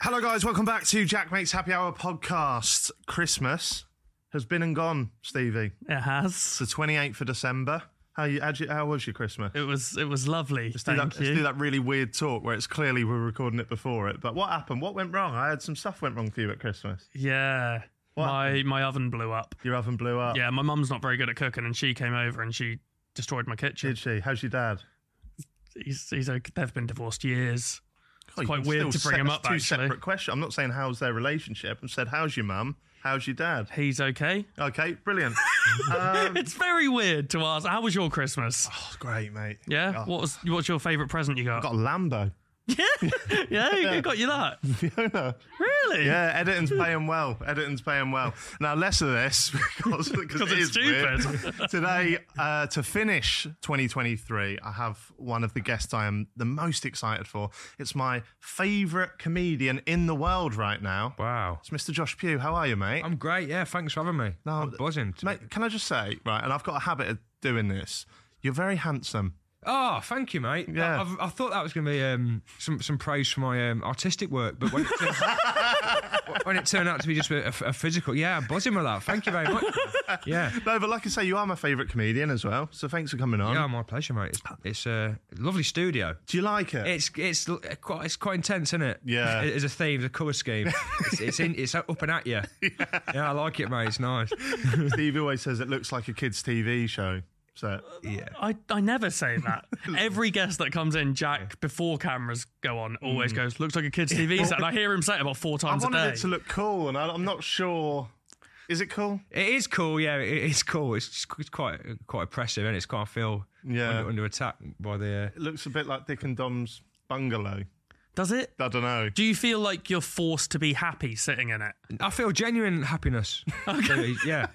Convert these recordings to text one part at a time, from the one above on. Hello, guys. Welcome back to Jack Makes Happy Hour podcast. Christmas has been and gone, Stevie. It It's has. the 28th of December. How you? how'd you- How was your Christmas? It was. It was lovely. Let's do, Thank that, let's you. do that really weird talk where it's clearly we're recording it before it. But what happened? What went wrong? I had some stuff went wrong for you at Christmas. Yeah. What? My my oven blew up. Your oven blew up. Yeah, my mum's not very good at cooking, and she came over and she destroyed my kitchen. Did she? How's your dad? He's, he's okay. They've been divorced years. Oh, you quite can weird still to bring him se- up, Two actually. separate questions. I'm not saying how's their relationship. I said how's your mum? How's your dad? He's okay. Okay, brilliant. um, It's very weird to ask. How was your Christmas? oh, great, mate. Yeah. Oh, What was what's your favourite present you got? I got a Lambo. yeah. yeah. You got you that. Fiona. Really? Yeah, Edinton's paying well. Edinton's paying well. Now, less of this because, because it it's is weird. stupid. Today, uh, to finish 2023, I have one of the guests I am the most excited for. It's my favourite comedian in the world right now. Wow. It's Mr. Josh Pugh. How are you, mate? I'm great. Yeah, thanks for having me. No, I'm buzzing. to- mate, can I just say, right, and I've got a habit of doing this. You're very handsome. Oh, thank you, mate. Yeah. I, I've- I thought that was going to be um, some some praise for my um, artistic work, but when it, turned, when it turned out to be just a, a physical, yeah, I'm buzzing with that. Thank you very much. yeah. No, but like I say, you are my favourite comedian as well. So thanks for coming on. Yeah, my pleasure, mate. It's, it's a lovely studio. Do you like it? It's it's l- quite it's quite intense, isn't it? Yeah. It- It's a theme, the colour scheme. It's it's, in, it's up and at you. Yeah. I like it, mate. It's nice. Steve always says it looks like a kids' TV show. So Yeah. I, I never say that. Every guest that comes in, Jack, before cameras go on, always goes, looks like a kid's TV set. And I hear him say it about four Mm. I times a wanted day. it to look cool, and I, I'm not sure. Is it cool? It is cool, yeah. It is cool. It's, just- it's quite quite oppressive, and it's quite I feel Yeah. under, under attack by the. It looks a bit like Dick and Dom's bungalow. Does it? I don't know. Do you feel like you're forced to be happy sitting in it? Uh, I feel genuine happiness. Really, yeah,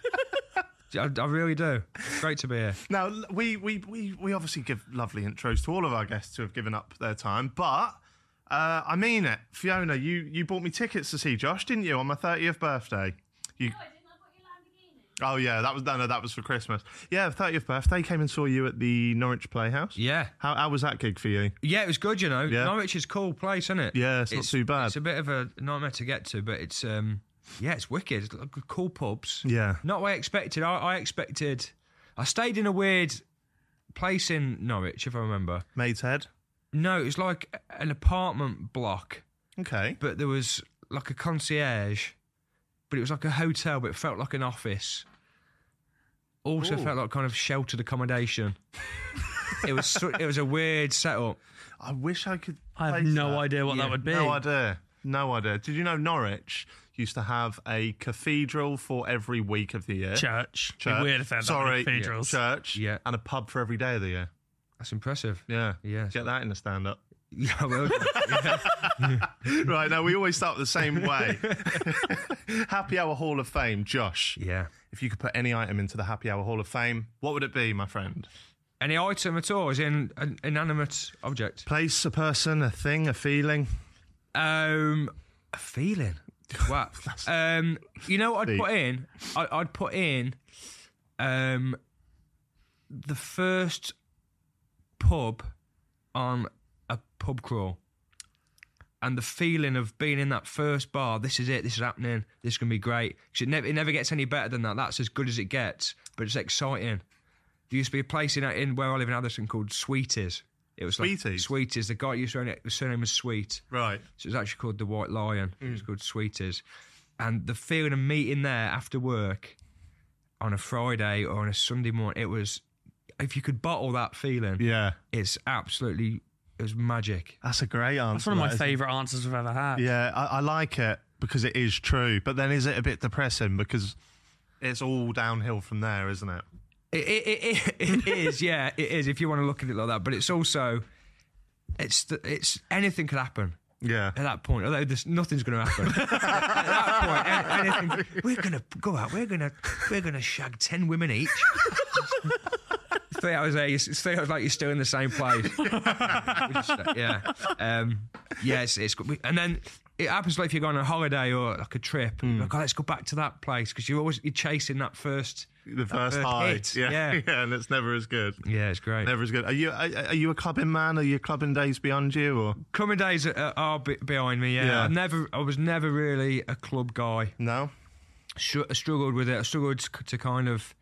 I, I really do. It's great to be here. Now l- we, we we we obviously give lovely intros to all of our guests who have given up their time, but uh, I mean it, Fiona. You you bought me tickets to see Josh, didn't you, on my thirtieth birthday? You. Oh yeah, that was no, no, that was for Christmas. Yeah, thirtieth birthday came and saw you at the Norwich Playhouse. Yeah, How how was that gig for you? yeah. It was good, you know. Yeah. Norwich is a cool place, isn't it? Yeah, it's not too bad. It's a bit of a nightmare to get to, but it's um, yeah, it's wicked. It's like Cool pubs. Yeah. Not what I expected. I, I expected. I stayed in a weird place in Norwich, if I remember. Maid's Head. No, it was like an apartment block. Okay. but there was like a concierge, but it was like a hotel, but it felt like an office. Also felt like kind of sheltered accommodation. it was so- it was a weird setup. I wish I could. I have place no idea what that Yeah, would be. No idea. No idea. Did you know Norwich used to have a cathedral for every week of the year? Church. Be Church. weird if they're Sorry, cathedrals. church. Yeah. And a pub for every day of the year. That's impressive. Yeah. Yeah. Get that in the stand up. Yeah, well, yeah. right. Now, we always start the same way. Happy Hour Hall of Fame, Josh. yeah. If you could put any item into the Happy Hour Hall of Fame, what would it be, my friend? Any item at all is in an inanimate object. Place, a person, a thing, a feeling. Um, a feeling. Wow. um, you know what I'd Deep. put in? I, I'd put in um the first pub on a pub crawl. and the feeling of being in that first bar. This is it. This is happening. This is gonna be great. 'Cause it never it never gets any better than that. That's as good as it gets, but it's exciting. There used to be a place in in where I live in Atherton called Sweeties. It was like Sweeties? Sweeties. The guy used to own it. His surname was Sweet. Right. So it was actually called the White Lion. It was called Sweeties. And the feeling of meeting there after work on a Friday or on a Sunday morning, it was if you could bottle that feeling, Yeah. it's absolutely it was magic. That's a great answer. That's one of my that, isn't it? favourite answers we've ever had. Yeah, I, I like it because it is true. But then is it a bit depressing because it's all downhill from there, isn't it? It, it, it, it, it is, yeah, it is. If you want to look at it like that, but it's also it's the, it's anything could happen. Yeah. At that point, although this, nothing's going to happen. at that point, a- anything, we're going to go out. We're going to we're going to shag ten women each. three hours later, it's- it's three hours later, you're still in the same place. We just, uh, yeah, um, yeah. It's, it's good. We- and then it happens like if you're going on a holiday or like a trip. Like, oh, let's go back to that place because you're always you're chasing that first. The first first high. hit, Yeah. uh, yeah. and it's never as good. Yeah, it's great. Never as good. Are you are, are you a clubbing man? Are your clubbing days beyond you or Coming days are, are be- behind me. Yeah, Yeah. I never, I was never really a club guy. no? Str- I uh, struggled with it. I struggled to, to kind of.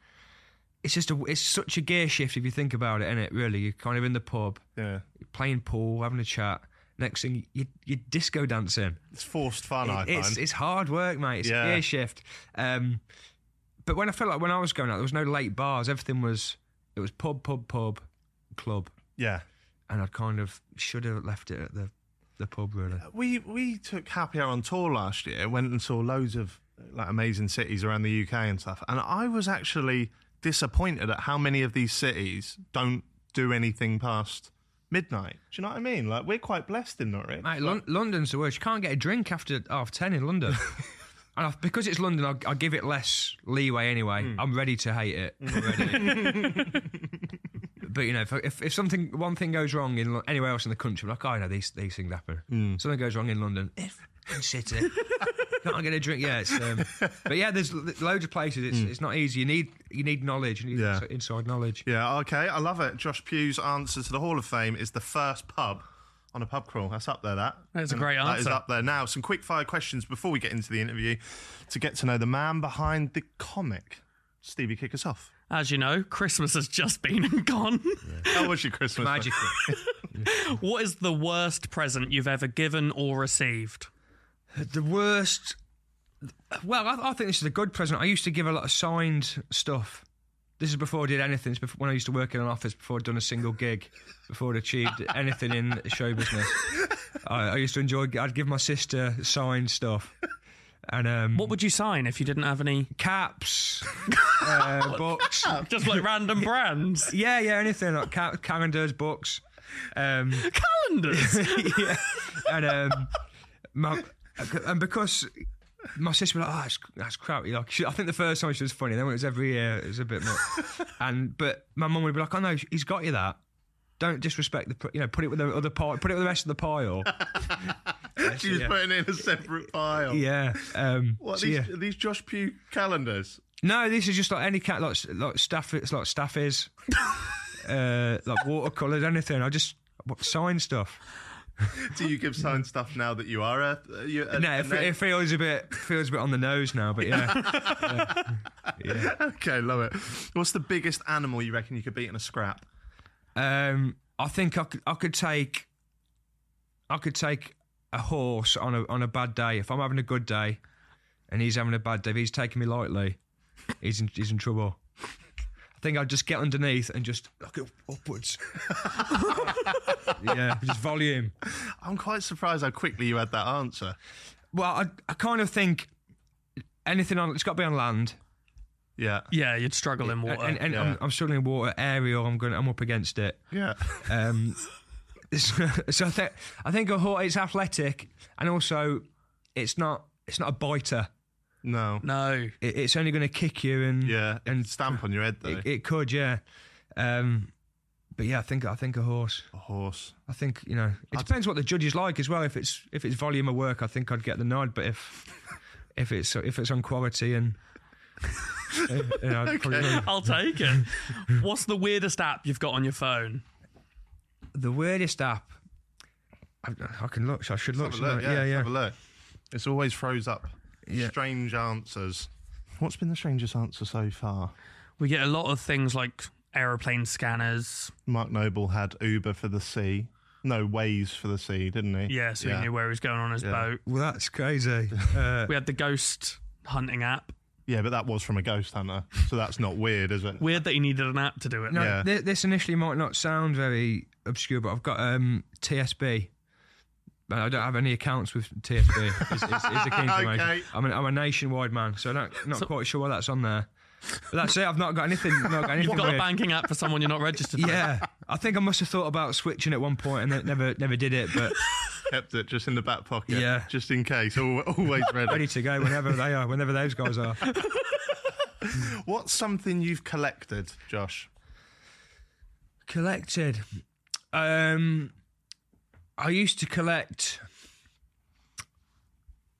It's just a, it's such a gear shift if you think about it, isn't it? Really, you're kind of in the pub, Yeah, playing pool, having a chat. Next thing, you, you're disco dancing. it's forced fun. I It- find. it's, it's hard work, mate. It's Yeah. gear shift. Um, but when I felt like when I was going out, there was no late bars. Everything was it was pub, pub, pub, club, yeah. and I kind of should have left it at the the pub really. we we took Happy Hour on tour last year. Went and saw loads of like amazing cities around the UK and stuff. And I was actually disappointed at how many of these cities don't do anything past midnight. Do you know what I mean? Like we're quite blessed in that, really. Mate, Lon- London's the worst. You can't get a drink after half ten in London. And I, because it's London, I, I give it less leeway anyway. Hmm. I'm ready to hate it. already. but you know, if, if, if something one thing goes wrong in Lo- anywhere else in the country, I'm like, oh, you know, these these things happen. Hmm. Something goes wrong in London, if in city, can't get a drink. Yeah, it's, um, but yeah, there's lo- loads of places. It's, it's not easy. You need you need knowledge. You need Hmm. Yeah. ins- inside knowledge. Yeah, okay, I love it. Josh Pugh's answer to the Hall of Fame is the first pub on a pub crawl. That's up there, that. That's a great That is answer. up there. Now, some quick fire questions before we get into the interview to get to know the man behind the comic. Stevie, kick us off. As you know, Christmas has just been and gone. How was your Christmas? mate? Magical. what is the worst present you've ever given or received? The worst. Well, I, I think this is a good present. I used to give a lot of signed stuff. This is before I did anything. It's before, when I used to work in an office, before I'd done a single gig, before I'd achieved anything in show business. I, I used to enjoy. I'd give my sister signed stuff, and Hmm. um, What would you sign if you didn't have any? caps, uh, books. Just like random brands. Yeah, yeah, anything like ca- calendars, books. Um, Calendars. yeah. And um, my, and because my sister was like, "Oh, that's, that's crap." Like, she, I think the first time she was funny. Then when it was every year, it was a bit more. and but my mum would be like, "Oh no, he's got you that. Don't disrespect the. pr- You know, put it with the other pile. Put it with the rest of the pile." She was Yeah. putting in a separate file. yeah. Um, What so these, yeah. are these Josh Pugh calendars? No, this is just like any cat, like s- like staff, it's like staffies, uh, like watercolors, anything. I just sign stuff. Do you give signed stuff now that you are a? a- You, a no, a it, na- it feels a bit feels a bit on the nose now, but yeah. okay, love it. What's the biggest animal you reckon you could beat in a scrap? Um, I think I could, I could take, I could take a horse on a on a bad day. If I'm having a good day, and he's having a bad day, if he's taking me lightly, he's in, he's in trouble. I think I'd just get underneath and just look up, upwards. yeah, just volume. I'm quite surprised how quickly you had that answer. Well, I, I kind of think anything on it's got to be on land. Yeah, yeah, you'd struggle in water. and and yeah. I'm, I'm struggling in water aerial. I'm going. I'm up against it. yeah. Um, so so I, think I think a horse, it's athletic and also it's not it's not a biter. No. no. It, it's only going to kick you and Yeah, and and stamp on your head though. it, it could yeah. Um, but yeah, I think I think a horse. a horse. I think you know it depends what the judges like as well. If it's if it's volume of work, I think I'd get the nod. But if if it's if it's on quality and. eh, you know, I'd probably- I'll take it. What's the weirdest app you've got on your phone? the weirdest app. I, I can look. I should Have look. a shouldn't look. I? Yeah, yeah, yeah. Have a look. It's always throws up Yeah. strange answers. What's been the strangest answer so far? We get a lot of things like aeroplane scanners. Mark Noble had Uber for the sea. No, Ways for the sea, didn't he? Yeah, so yeah. he knew where he was going on his boat. Well, that's crazy. Uh, We had the ghost hunting app. Yeah, but that was from a ghost hunter, so that's not weird, is it? Weird that he needed an app to do it. no, Yeah. thi- this initially might not sound very obscure, but I've got um, TSB. And I don't have any accounts with TSB. Is, is, is the key information. Okay. I'm, a, I'm a nationwide man, so I'm not, not quite sure why that's on there. But that's it. I've not got anything. Not got anything You've got a weird. banking app for someone you're not registered with. Yeah, I think I must have thought about switching at one point and then never never did it, but Kept it just in the back pocket, Yeah. just in case. al- Always ready. ready to go whenever they are, whenever those guys are. What's something you've collected, Josh? Collected. Um, I used to collect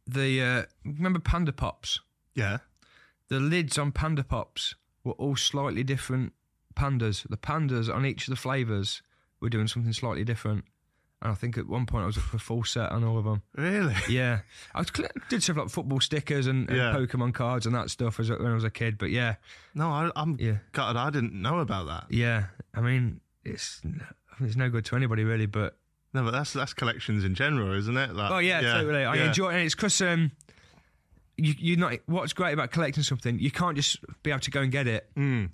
the uh, remember Panda Pops. Yeah. The lids on Panda Pops were all slightly different pandas. The pandas on each of the flavors were doing something slightly different. And I think at one point I was up for a full set on all of them. Really? Yeah, I was, colle- did stuff like football stickers and, and Yeah. Pokemon cards and that stuff as, when I was a kid. But yeah, No, I, I'm Yeah. gutted. I didn't know about that. yeah. I mean, it's it's no good to anybody really. But No, but that's that's collections in general, isn't it? Like, oh yeah, totally. I yeah. enjoy it. And it's because um, you you are not what's great about collecting something. You can't just be able to go and get it. Hmm.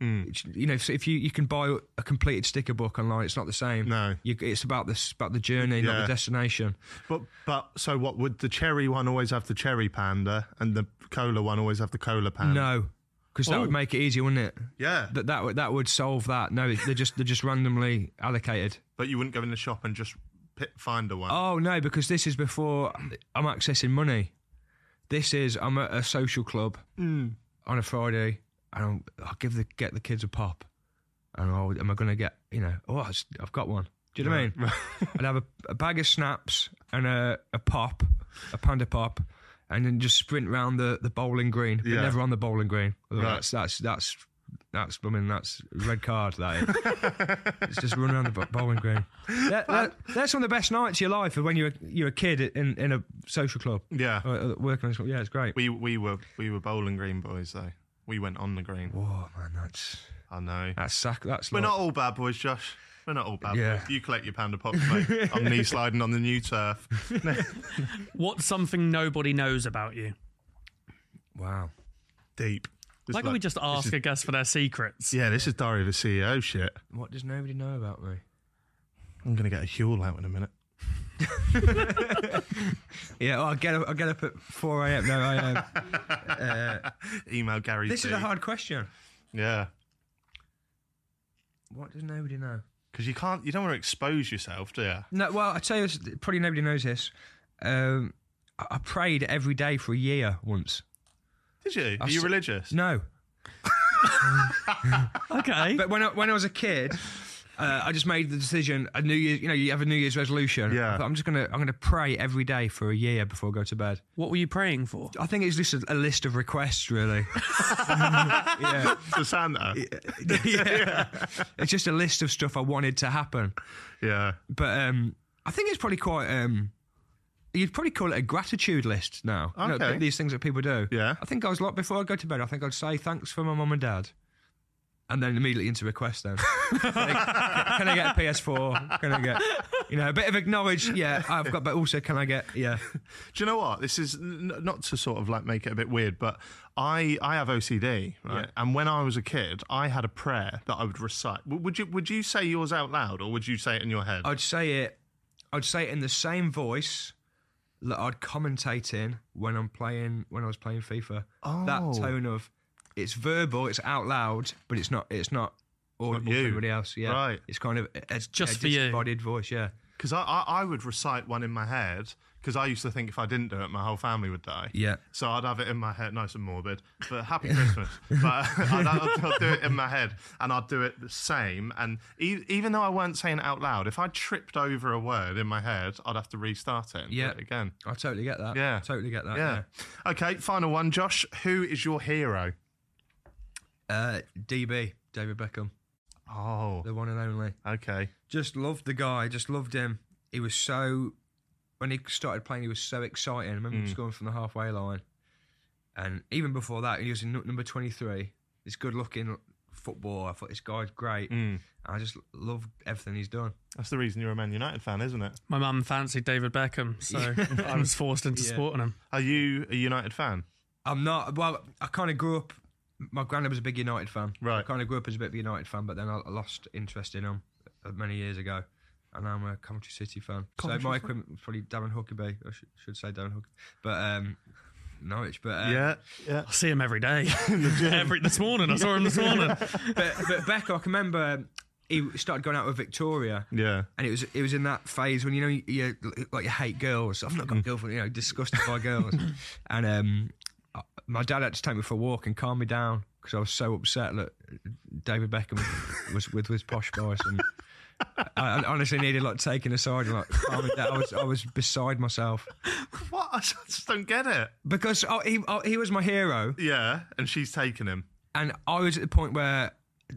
It's- You know, so if you, you can buy a completed sticker book online, it's not the same. No. you, it's about this about the journey, not Yeah. the destination. But but so what? Would the cherry one always have the cherry panda, and the cola one always have the cola panda? No, because that Um, would Oh. make it easier, wouldn't it? Yeah. That that would that would solve that. No, it- they're just they're just randomly allocated. But you wouldn't go in the shop and just pi find a one. Oh no, because this is before I'm accessing money. This is I'm at a social club Hmm. on a Friday, and I'm, I'll give the get the kids a pop, and I'll, am I going to get you know? Oh, it's- I've got one. Do you know what I mean? I'd have a, a bag of snaps and a, a pop, a panda pop, and then just sprint round the, the bowling green, but Yeah. never on the bowling green. Oh, Right. That's that's that's that's I mean that's a red card. That is. It's just run around the bo- bowling green. That, that, that's one of the best nights of your life when you're you're a kid in, in a social club. Yeah. Or, or working. in a- Yeah, it's great. We we were we were bowling green boys though. We went on the green. oh man, that's I know. that's sac- that's. We're like- not all bad boys, Josh. We're not all bad Yeah. boys. You collect your panda pops, mate. I'm knee sliding on the new turf. What's something nobody knows about you? Wow. Deep. Why don't we just ask This a is, guest for their secrets? yeah, this is Diary of a CEO shit. What does nobody know about me? I'm gonna get a Huel out in a minute. Yeah, well, I get up, I get up at four a.m. No, I am. Email Gary. this is T. a hard question. Yeah, What does nobody know? because you can't. You don't want to expose yourself, do you? No, well, I tell you, this, probably nobody knows this. Um, I, I prayed every day for a year once. Did you? Are I've you s- religious? No, Okay. But when I, when I was a kid, uh, I just made the decision. A New Year, you know, you have a New Year's resolution. Yeah. I thought, I'm just gonna I'm gonna pray every day for a year before I go to bed. What were you praying for? I think it's just a, a list of requests, really. yeah. To Santa. yeah, it's just a list of stuff I wanted to happen. Yeah. But um, I think it's probably quite. Um, You'd probably call it a gratitude list now. You know, Okay. these things that people do. Yeah. I think I was like before I go to bed. I think I'd say thanks for my mum and dad, and then immediately into request. Then can I get a PS4? Can I get you know a bit of acknowledge? Yeah, I've got, but also can I get yeah? Do you know what? This is n- not to sort of like make it a bit weird, but I I have OCD, right? And when I was a kid, I had a prayer that I would recite. W- Would you Would you say yours out loud, or would you say it in your head? I'd say it. I'd say it in the same voice that I'd commentate in when I'm playing when I was playing FIFA. Oh. That tone of it's verbal, it's out loud, but it's not it's not audible you. for everybody else. Yeah, Right. It's kind of it's Just a for you. disembodied voice. Yeah. Because I, I I would recite one in my head. Because I used to think if I didn't do it, my whole family would die. Yeah. So I'd have it in my head, nice and morbid. But Happy Christmas. but I'd, I'd, I'd do it in my head, and I'd do it the same. And e- even though I weren't saying it out loud, if I tripped over a word in my head, I'd have to restart it and do Yeah. it again. I totally get that. Yeah. Totally get that. Uh, Yeah. Okay, final one, Josh. Who is your hero? yeah. Uh, DB, David Beckham, Oh, the one and only. okay. Just loved the guy, just loved him. He was so when he started playing, he was so exciting. I remember him scoring from the halfway line, and even before that, he was in nu- number twenty three. He's good looking footballer. I thought this guy's great. I just loved everything he's done. That's the reason you're a Man United fan, isn't it? My mum fancied David Beckham, so I was forced into supporting him. Are you a United fan? I'm not. Well, I kind of grew up. My granddad was a big United fan. Right. I kind of grew up as a bit of a United fan, but then I I lost interest in them many years ago. And now I'm a Coventry City fan. so my equipment was probably Darren Huckabee. I should, should say Darren Huckabee. But um, Norwich. But, um, yeah, yeah. I see him every day. every this morning, I saw him this morning. but but Becca, I can remember um, he started going out with Victoria. Yeah. And it was it was in that phase when you know you, you like you hate girls. I've not got a girlfriend, you know, disgusted by girls. And um, I- my dad had to take me for a walk and calm me down because I was so upset that David Beckham was with with posh boys, and I, I honestly needed like taking aside and like calming down. I was I was beside myself What? I just don't get it. because oh, he oh, he was my hero, Yeah, and she's taken him. and I was at the point where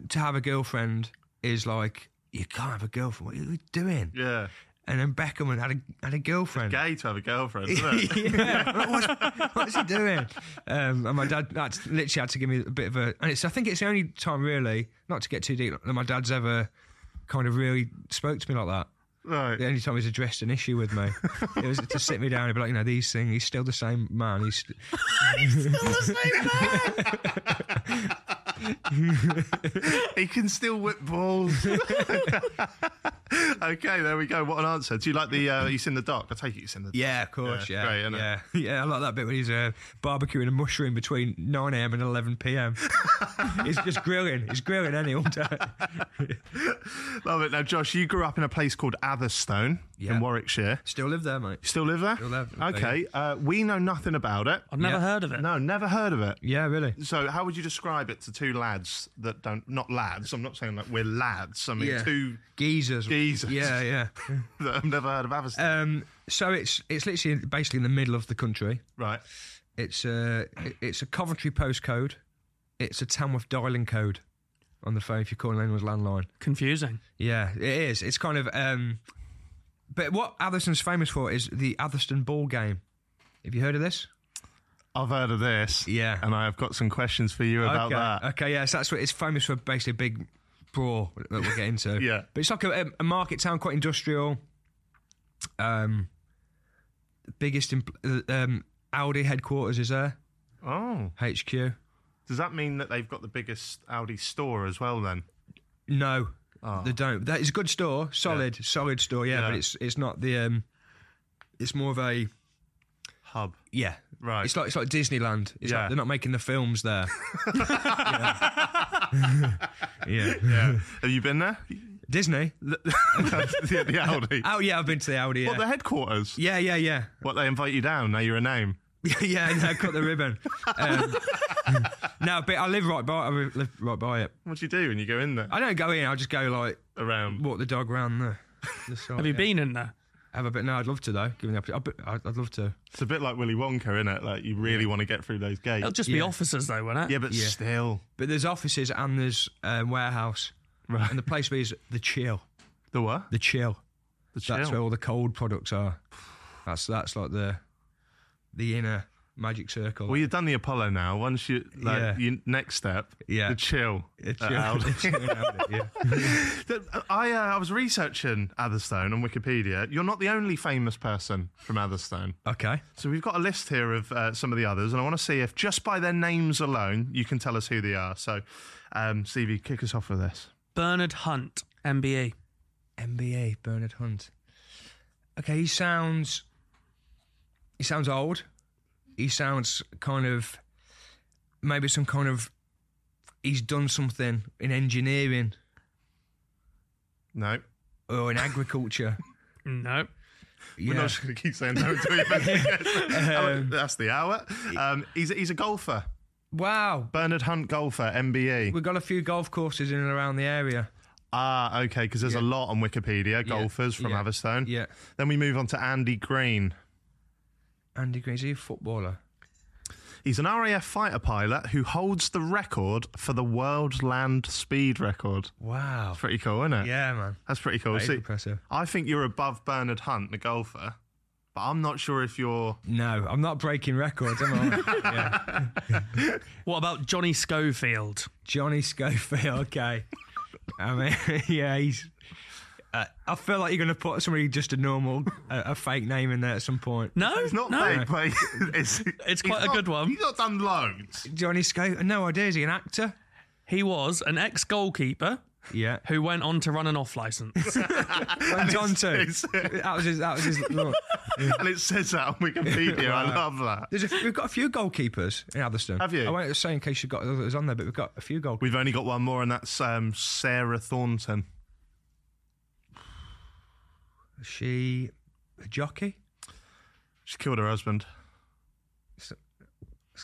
to have a girlfriend is like. You can't have a girlfriend. What are you doing? Yeah. And then Beckham had a had a girlfriend. Gay to have a girlfriend, isn't it? yeah, what's, what's he doing? Um, and my dad that's literally had to give me a bit of a. And it's I think it's the only time really, not to get too deep, that my dad's ever kind of really spoke to me like that. Right. The only time he's addressed an issue with me, it was to sit me down and be like, you know, these things. He's still the same man. He's st- He can still whip balls. okay, there we go. What an answer. Do you like the, uh, you seen the doc? I take it you've seen the yeah, of course, Yeah, yeah, great, yeah, isn't it? yeah, I like that bit when he's uh, barbecuing a mushroom between nine a.m. and eleven p.m. he's just grilling. He's grilling any all day. Love it. Now, Josh, you grew up in a place called Atherstone Yeah. in Warwickshire. Still live there, mate. You still live there? Still live there. Okay. Uh, we know nothing about it. I've never Yeah. heard of it. No, never heard of it. Yeah, really. So, how would you describe it to two lads that don't, not lads, I'm not saying like we're lads, I mean Yeah. two Geezers. Geezers. Yeah, yeah. that have never heard of Atherstone? Um, so it's it's literally basically in the middle of the country. right. It's a it's a Coventry postcode. It's a Tamworth dialing code on the phone if you're calling anyone's landline. Confusing. Yeah, it is. It's kind of um, but what Atherstone's famous for is the Atherstone ball game. Have you heard of this? I've heard of this. Yeah. And I have got some questions for you about okay. that. Okay, yeah, so that's what it's famous for basically a big brawl that we'll get into. Yeah. But it's like a, a market town, quite industrial. Um, the biggest empl- uh, um, Audi headquarters is there, Oh. HQ. Does that mean that they've got the biggest Audi store as well then? No, they don't. That is a good store, solid, solid store, yeah, Ah. Yeah. but it's it's not the um, it's more of a Hub. yeah. Right. It's like it's like Disneyland. It's Yeah. like they're not making the films there. yeah. Have you been there? Disney. the, the Audi. Oh yeah, I've been to the Audi. Yeah. What, the headquarters? yeah, yeah, yeah. What, they invite you down, now you're a name? yeah, yeah, cut the ribbon. Um, no, but I live right by. I live right by it. What do you do when you go in there? I don't go in. I just go like Around. walk the dog around the. the side, Have you yeah. been in there? Have a bit. No, I'd love to though. Given the opportunity, I'd, I'd love to. It's a bit like Willy Wonka, innit? Like, you really want to get through those gates. It'll just be Yeah. officers, though, won't it? yeah, but still. But there's offices and there's um, warehouse, Right. and the place where is the chill. The what? The chill. The That's chill. where all the cold products are. That's that's like the the inner magic circle. Well, you've done the Apollo now. Once you, like, Yeah. your next step, Yeah. the chill. The at chill- Audi. the chill around it, yeah. Th- I, uh, I was researching Atherstone on Wikipedia. You're not the only famous person from Atherstone. Okay. So we've got a list here of uh, some of the others, and I want to see if just by their names alone, you can tell us who they are. So, um, Stevie, kick us off with this. Bernard Hunt, MBE. MBA Bernard Hunt. Okay, he sounds he sounds old. He sounds kind of maybe some kind of he's done something in engineering No. or in agriculture. No. yeah. We're not just going to keep saying no until we um, That's the hour. Um, he's, a- he's a golfer. wow. Bernard Hunt, golfer, E. MBE. We've got a few golf courses in and around the area. Ah, okay, because there's a lot on Wikipedia, golfers from yeah, Atherstone. yeah. Then we move on to Andy Green. Andy Green, is he a footballer? He's an RAF fighter pilot who holds the record for the world land speed record. Wow. That's pretty cool, isn't it? Yeah, man. That's pretty cool. That is See, impressive. I think you're above Bernard Hunt, the golfer, but I'm not sure if you're. No, I'm not breaking records, am I? yeah. What about Johnny Schofield? Johnny Schofield, okay. I mean, yeah, he's. Uh, I feel like you're going to put somebody just a normal, a, a fake name in there at some point. No, It's not no. big, but it's, It's he's quite a not- good one. He's not done loads. Johnny Schofield. No idea. Is he an actor? He was an ex goalkeeper Yeah. who went on to run an off license. Went on to. it's- That was his. That was his. Look. And it says that on Wikipedia. I love that. There's a, we've got a few goalkeepers in Atherstone. Have you? I won't say in case you've got others on there, but we've got a few goalkeepers. We've only got one more, and that's um, Sarah Thornton. She a jockey? She killed her husband. It's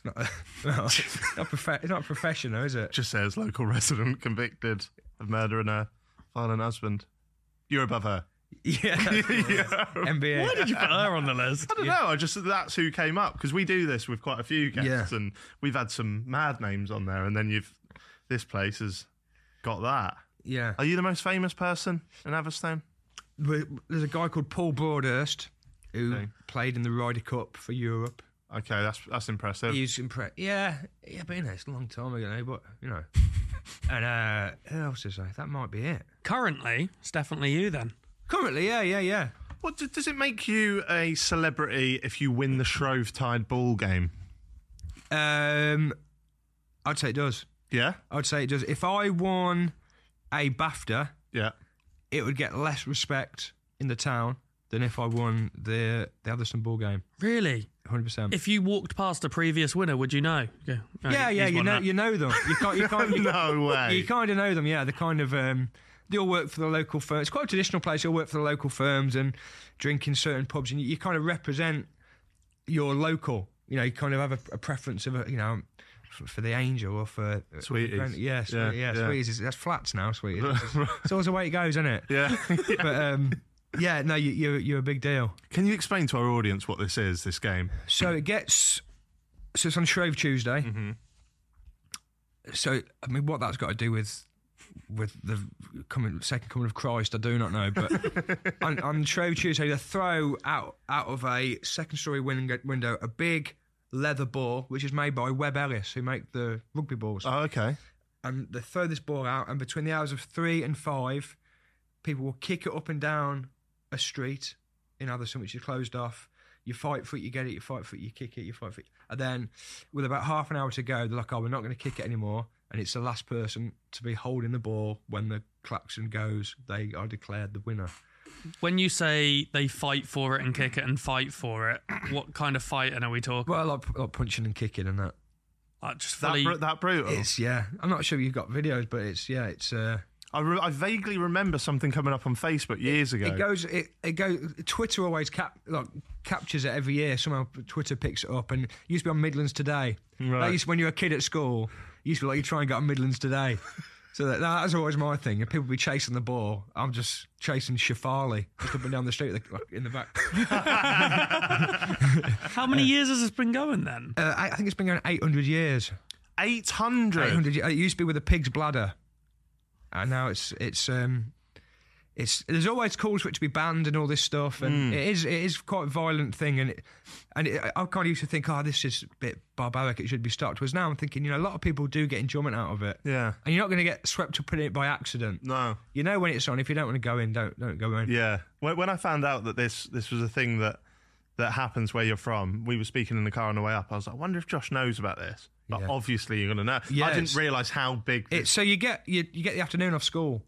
not. no, it's not, profe- it's not professional, is it? Just says local resident convicted of murdering her violent husband. You're above her. Yeah. NBA. Why did you put her on the list? I don't know. I just that's who came up because we do this with quite a few guests, Yeah. and we've had some mad names on there, and then you've this place has got that. Yeah. Are you the most famous person in Averstone? But There's a guy called Paul Broadhurst who Okay. played in the Ryder Cup for Europe. Okay, that's that's impressive. He was impressed. Yeah, yeah, but you know, it's a long time ago, but you know. and uh, who else is there? That might be it. Currently, it's definitely you then. Currently, yeah, yeah, yeah. What d- does it make you a celebrity if you win the Shrove Tide ball game? Um, I'd say it does. Yeah, I'd say it does. If I won a BAFTA, yeah. it would get less respect in the town than if I won the the Atherstone ball game. Really? 100%. If you walked past a previous winner, would you know? Yeah, no, yeah, he's yeah, you won know, that. you know them. You can't, you can't, you, No way. you kind of know them. Yeah, they kind of um, they all work for the local firm. It's quite a traditional place. They all work for the local firms and drink in certain pubs, and you, you kind of represent your local. You know, you kind of have a, a preference of a, you know for, for the angel or for Sweeties. Yeah, sweet, Yeah, yeah, yeah. sweeties. is- That's flats now, sweeties. it's always the way it goes, isn't it? yeah. But um, yeah, no, you, you're you're a big deal. Can you explain to our audience what this is? This game. So it gets. So it's on Shrove Tuesday. So I mean, what that's got to do with with the coming second coming of Christ, I do not know. But on, on Shrove Tuesday, they throw out out of a second story window, window a big leather ball, which is made by Webb Ellis, who make the rugby balls. Oh, okay. and they throw this ball out, and between the hours of three and five, people will kick it up and down a street in Atherton, which is closed off. You fight for it, you get it, you fight for it, you kick it, you fight for it. And then, with about half an hour to go, they're like, oh, we're not going to kick it anymore. And it's the last person to be holding the ball when the klaxon goes, they are declared the winner. When you say they fight for it and kick it and fight for it, what kind of fighting are we talking? Well, like, like punching and kicking and that. Like just That fully br- that brutal. It's, yeah. I'm not sure you've got videos, but it's, yeah, it's. Uh, I, re- I vaguely remember something coming up on Facebook years ago. It goes. It, it goes. Twitter always cap like captures it every year. Somehow Twitter picks it up, and it used to be on Midlands Today. Right. That used to- when you were a kid at school, it used to be like you try and get on Midlands Today. So that, that was always my thing. And people would be chasing the ball. I'm just chasing Shafali just up and down the street like, like, in the back. How many years has this been going then? Uh, I, I think it's been going 800 years. 800. 800 years. It used to be with a pig's bladder, and now it's it's um it's there's always calls for it to be banned and all this stuff, Hmm. and it is it is quite a violent thing, and it, and it, I kind of used to think, oh, this is a bit barbaric. It should be stopped. Whereas now I'm thinking, you know, a lot of people do get enjoyment out of it. Yeah. And you're not going to get swept up in it by accident. No. You know when it's on. If you don't want to go in, don't don't go in. Yeah. When, when I found out that this this was a thing that that happens where you're from, we were speaking in the car on the way up. I was like, I wonder if Josh knows about this. But Yeah. obviously, you're going to know. Yeah, I didn't it's- realise how big It's so you get you, you get the afternoon off school.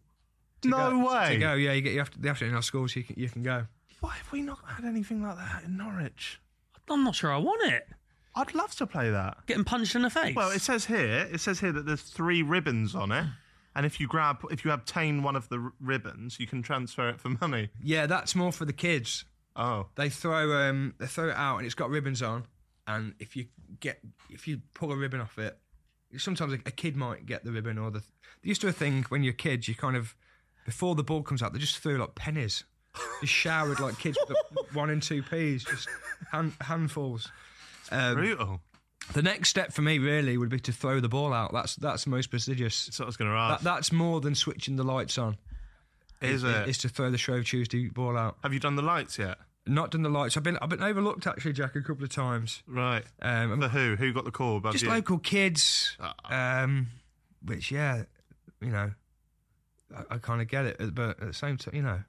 this No way. To go, yeah, you get the, after, the afternoon off school, so you can, you can go. Why have we not had anything like that in Norwich? I'm not sure I want it. I'd love to play that. Getting punched in the face. Well, it says here, it says here that there's three ribbons on it. And if you grab, if you obtain one of the r- ribbons, you can transfer it for money. Yeah, that's more for the kids. Oh, they throw um they throw it out and it's got ribbons on and if you get if you pull a ribbon off it sometimes a, a kid might get the ribbon or the they used to a thing when you're kids you kind of before the ball comes out they just threw like pennies just showered like kids with one and two peas just hand, handfuls brutal. The next step for me really would be to throw the ball out. That's that's the most prestigious. That's what I was going to ask. That, that's more than switching the lights on. Is it? It's to throw the Shrove Tuesday ball out. Have you done the lights yet? Not done the lights. I've been I've been overlooked actually, Jack, a couple of times. Right. Um, the who? Who got the call? Above just you? local kids. Um, which yeah, you know, I, I kind of get it, uh, but at the same time, you know,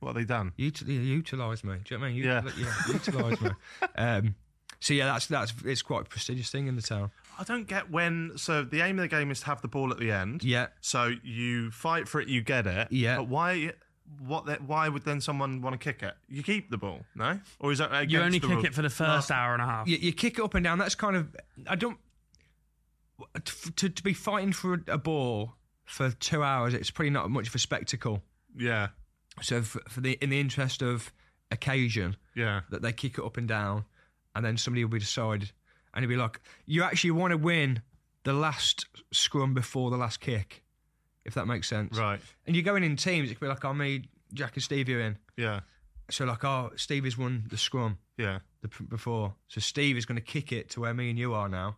What have they done? you utilize me. Do you know what I mean? Yeah. Util- utilize me. Um, so yeah, that's that's it's quite a prestigious thing in the town. I don't get when. So the aim of the game is to have the ball at the end. Yeah. So you fight for it, you get it. Yeah. But why? What? The, why would then someone want to kick it? You keep the ball, no? Or is that against You only the kick rule? it for the first hour and a half. you, you kick it up and down. That's kind of I don't to to be fighting for a ball for two hours. It's pretty not much of a spectacle. Yeah. So for, for the in the interest of occasion, Yeah. that they kick it up and down, and then somebody will be decided, and he'll be like, "You actually want to win the last scrum before the last kick, if that makes sense." Right. And you're going in teams. It could be like, "Oh, me, Jack, and Stevie are in." Yeah. So like, "Oh, Stevie's won the scrum." Yeah. the, p- before. So Steve is going to kick it to where me and you are now.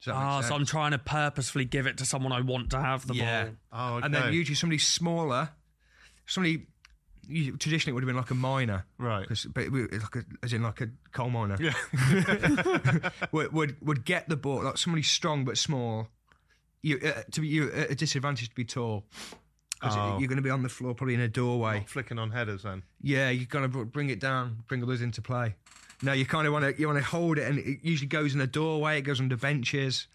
Does that make Ah, so I'm sense? trying to purposefully give it to someone I want to have the yeah. ball. Oh, okay. And then usually somebody smaller, somebody. You, traditionally, it would have been like a miner, Right. 'cause- but it would- it's like a, as in like a coal miner. Yeah. would, would would get the ball like somebody strong but small. You uh, to be you at a disadvantage to be tall. 'Cause Oh. You're going to be on the floor, probably in a doorway. Not flicking on headers then. Yeah, you kind of bring it down, bring others into play. No, you kind of want to you want to hold it, and it usually goes in a doorway. It goes under benches.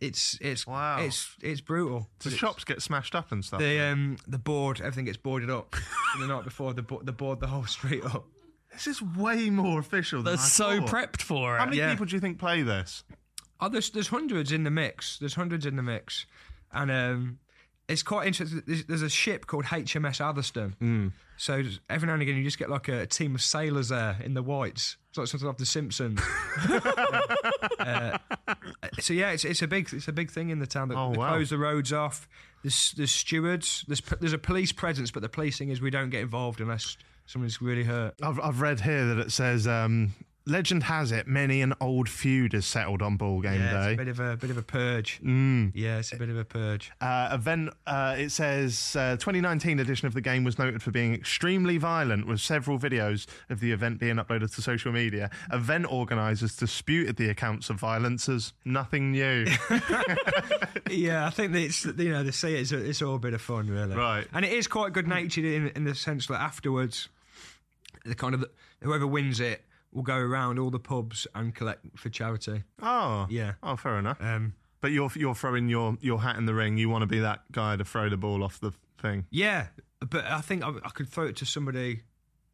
It's it's Wow. it's it's brutal. Do But it's- shops get smashed up and stuff? The um the board, everything gets boarded up. And the night before, the bo- the board the whole street up. this is way more official than They're I so thought. prepped for it. How many Yeah. people do you think play this? Oh, there's there's hundreds in the mix. There's hundreds in the mix, and um, it's quite interesting. There's, there's a ship called HMS Atherstone. Hmm. Mm. So just- every now and again, you just get like a, team of sailors there in the whites. It's like something off The Simpsons. Uh, so yeah, it's it's a big it's a big thing in the town. They, Oh, they wow. close the roads off. There's there's stewards. There's p- there's a police presence, but the police thing is we don't get involved unless someone's really hurt. I've, I've read here that it says um, legend has it many an old feud is settled on ball game Yeah, it's day. a bit of a bit of a purge. Mm. Yeah, it's a bit of a purge. Uh, event uh, it says uh, 2019 edition of the game was noted for being extremely violent, with several videos of the event being uploaded to social media. Event organisers disputed the accounts of violence as nothing new. Yeah, I think that it's you know they say it's it's all a bit of fun really, Right. And it is quite good natured in in the sense that afterwards, the kind of whoever wins it will go around all the pubs and collect for charity. oh, Yeah. Oh, fair enough. Um, But you're you're throwing your, your hat in the ring. You want to be that guy to throw the ball off the thing. yeah, but I think I, I could throw it to somebody,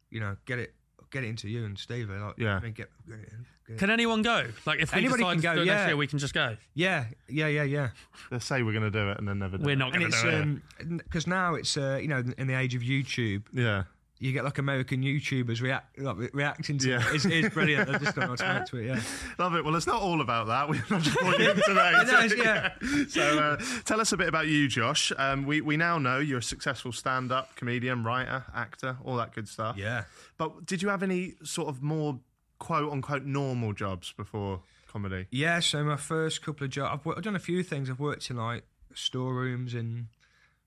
you know, get it get it into you and Stevie. Like, Yeah. I mean, get, get it in, get it- Can anyone go? Like, if we Anybody decide can to go, do it next yeah. year, we can just go. yeah, yeah, yeah, yeah. They say we're going to do it and then never do We're it. not And going to it's do it. because now it's uh, you know in the age of YouTube, Yeah. you get like American YouTubers react like, re- reacting to Yeah. it. It's, it's brilliant. I just don't know how to react to it. Yeah. Love it. Well, it's not all about that. We're not just pointing it today. know, it's- yeah. So uh, tell us a bit about you, Josh. Um, we, we now know you're a successful stand up comedian, writer, actor, all that good stuff. Yeah. But did you have any sort of more quote unquote normal jobs before comedy? Yeah, so my first couple of jobs, I've, wo- I've done a few things. I've worked in like storerooms and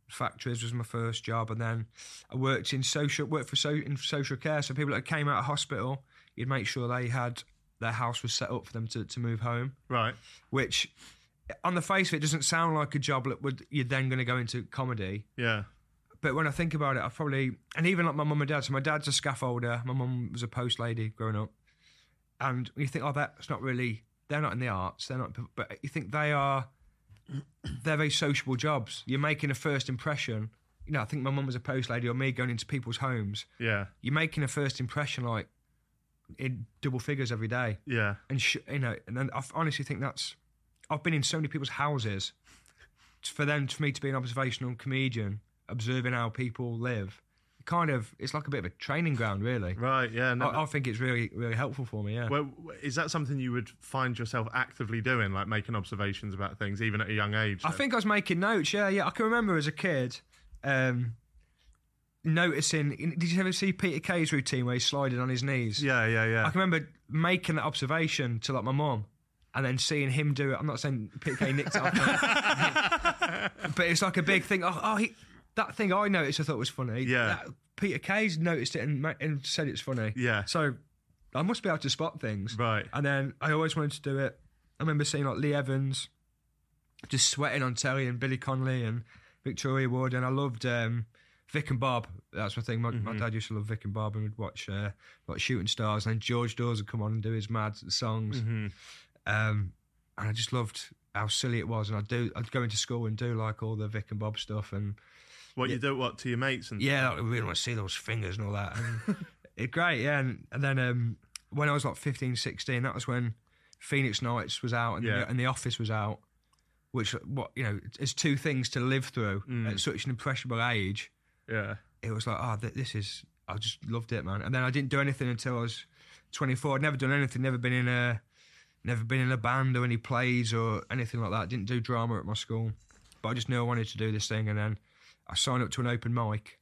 factories was my first job, and then I worked in social worked for so in social care. So people that came out of hospital, you'd make sure they had their house was set up for them to, to move home. Right. Which, on the face of it, doesn't sound like a job that would you're then going to go into comedy. Yeah. But when I think about it, I probably and even like my mum and dad. So my dad's a scaffolder. My mum was a post lady growing up, and you think, oh, that's not really. They're not in the arts. They're not. But you think they are. They're very sociable jobs. You're making a first impression. You know, I think my mum was a post lady, or me going into people's homes. Yeah. You're making a first impression, like in double figures every day Yeah. and sh- you know, and then I f- honestly think that's I've been in so many people's houses for them for me to be an observational comedian, observing how people live. Kind of, it's like a bit of a training ground, really. Right. Yeah. No, I, I think it's really, really helpful for me. Yeah. Well, w- is that something you would find yourself actively doing, like making observations about things, even at a young age? I then? think I was making notes. Yeah, yeah. I can remember as a kid um, noticing. Did you ever see Peter Kay's routine where he's sliding on his knees? Yeah. Yeah. Yeah. I can remember making that observation to like my mum and then seeing him do it. I'm not saying PK nicked it off, but it's like a big thing. Oh, oh he, that thing I noticed, I thought was funny. Yeah. That- Peter Kay's noticed it and, ma- and said it's funny. Yeah. So I must be able to spot things. Right. And then I always wanted to do it. I remember seeing like Lee Evans just sweating on telly and Billy Connolly and Victoria Wood. And I loved um, Vic and Bob. That's my thing. My, my dad used to love Vic and Bob and we'd watch uh, like Shooting Stars. And then George Dawes would come on and do his mad songs. Um, and I just loved how silly it was. And I'd, do, I'd go into school and do like all the Vic and Bob stuff. And What you do? What to your mates and yeah, like, we really want to see those fingers and all that. And it, great, yeah. And, and then um, when I was like 15, 16, that was when Phoenix Nights was out and, Yeah. the, and The Office was out, which, what you know, it's two things to live through at such an impressionable age. yeah. It was like, oh, th- this is, I just loved it, man. And then I didn't do anything until I was 24. I'd never done anything, never been in a. Never been in a band or any plays or anything like that. Didn't do drama at my school, but I just knew I wanted to do this thing. And then I signed up to an open mic,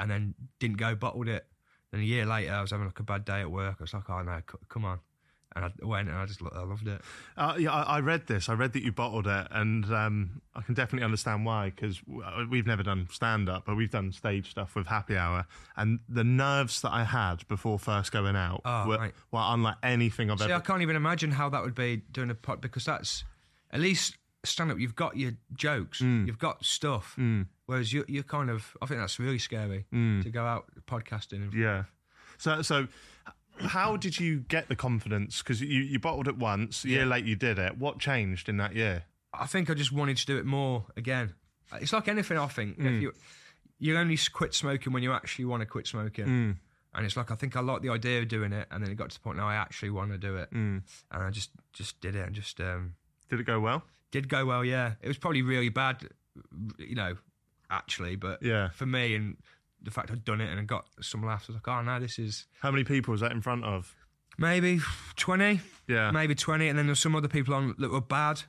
and then didn't go bottled it. Then a year later, I was having like a bad day at work. I was like, oh no, c- come on. And I went and I just lo- I loved it. Uh, yeah, I, I read this. I read that you bottled it, and um, I can definitely understand why because we've never done stand up, but we've done stage stuff with Happy Hour, and the nerves that I had before first going out Oh, were, mate. were unlike anything I've See, I ever. can't even imagine how that would be doing a pot because that's at least stand up. You've got your jokes, you've got stuff. Whereas you you're kind of I think that's really scary to go out podcasting. And, Yeah. So so. How did you get the confidence? Because you, you bottled it once, a year later you did it. What changed in that year? I think I just wanted to do it more again. It's like anything. I think if you you only s- quit smoking when you actually want to quit smoking. And it's like I think I liked the idea of doing it, and then it got to the point now I actually want to do it, and I just just did it and just um, Did it go well? did go well. Yeah, it was probably really bad, you know, actually, but Yeah. for me and the fact I'd done it and I got some laughs, I was like, oh no, this is How many people was that in front of? maybe twenty, Yeah. maybe twenty, and then there's some other people on that were bad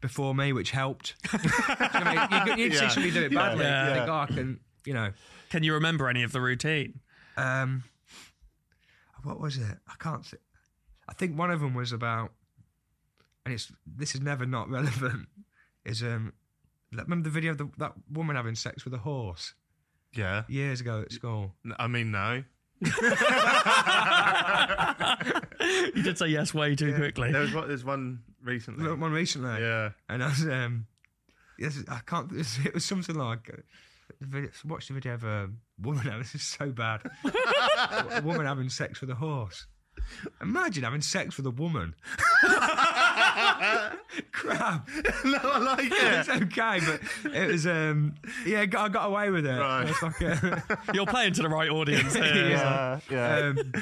before me, which helped. you would Yeah. see somebody do it Yeah, badly, yeah. you think, oh, I can, you know. Can you remember any of the routine? Um, what was it? I can't. Th- I think one of them was about, and it's this is never not relevant. Is um, remember the video of the, that woman having sex with a horse Yeah. years ago at school? I mean, no. You did say yes way too quickly. There was one- there's one recently. Look, one recently. Yeah. And I was um, yes, I can't. It was something like. uh, the video- Watch the video of a woman. having- This is so bad. a woman having sex with a horse. Imagine having sex with a woman. Crap. no, I like It's okay, but it was um, yeah. I got, I got away with it. Right. It's like, uh, You're playing to the right audience here. yeah. yeah. Um,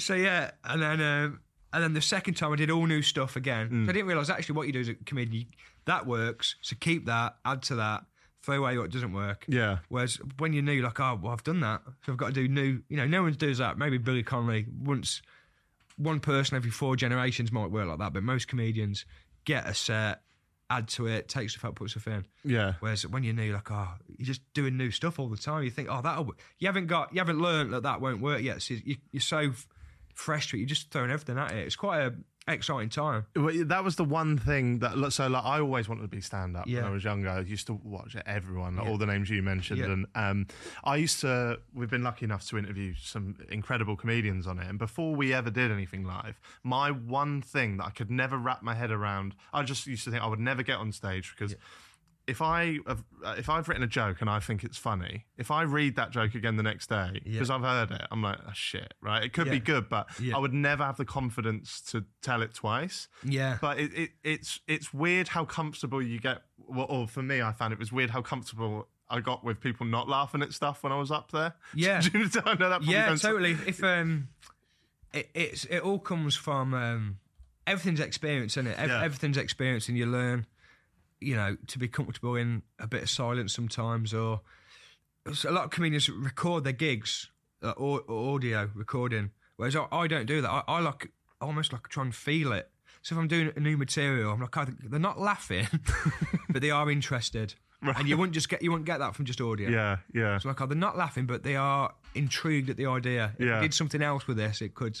so yeah, and then um, and then the second time I did all new stuff again. So I didn't realize actually what you do as a comedian you, that works. So keep that, add to that, throw away what doesn't work. Yeah. Whereas when you're new, like oh, well, I've done that, so I've got to do new. You know, no one does that. Maybe Billy Connolly once, one person every four generations might work like that, but most comedians get a set, add to it, take stuff out, put stuff in. Yeah. Whereas when you're new, like, oh, you're just doing new stuff all the time. You think, oh, that'll, w-" you haven't got, you haven't learned that that won't work yet. So you, you're so f- fresh to it. You're just throwing everything at it. It's quite a exciting time. Well, yeah, that was the one thing that look, so like I always wanted to be stand up when Yeah. I was younger. I used to watch everyone, like, all the names you mentioned, Yeah. and um, I used to. We've been lucky enough to interview some incredible comedians on it, and before we ever did anything live, my one thing that I could never wrap my head around, I just used to think I would never get on stage because. If I have, uh, if I've written a joke and I think it's funny, if I read that joke again the next day because I've heard it, I'm like, oh, shit, right? It could be Yeah. good, but Yeah. I would never have the confidence to tell it twice. Yeah. But it, it it's it's weird how comfortable you get. Well, or for me, I found it was weird how comfortable I got with people not laughing at stuff when I was up there. Yeah. Do you know that probably yeah, don't- totally. If um, it, it's it all comes from um, everything's experience, is it? Ev- Yeah. Everything's experience, and you learn, you know, to be comfortable in a bit of silence sometimes. Or so a lot of comedians record their gigs, uh, or, or audio recording, whereas I, I don't do that. I, I like almost like try and feel it. So if I'm doing a new material, I'm like, "Oh, they're not laughing, but they are interested. And you wouldn't just get you wouldn't get that from just audio. Yeah, yeah, It's like, oh, they're not laughing, but they are intrigued at the idea. If Yeah. I did something else with this, it could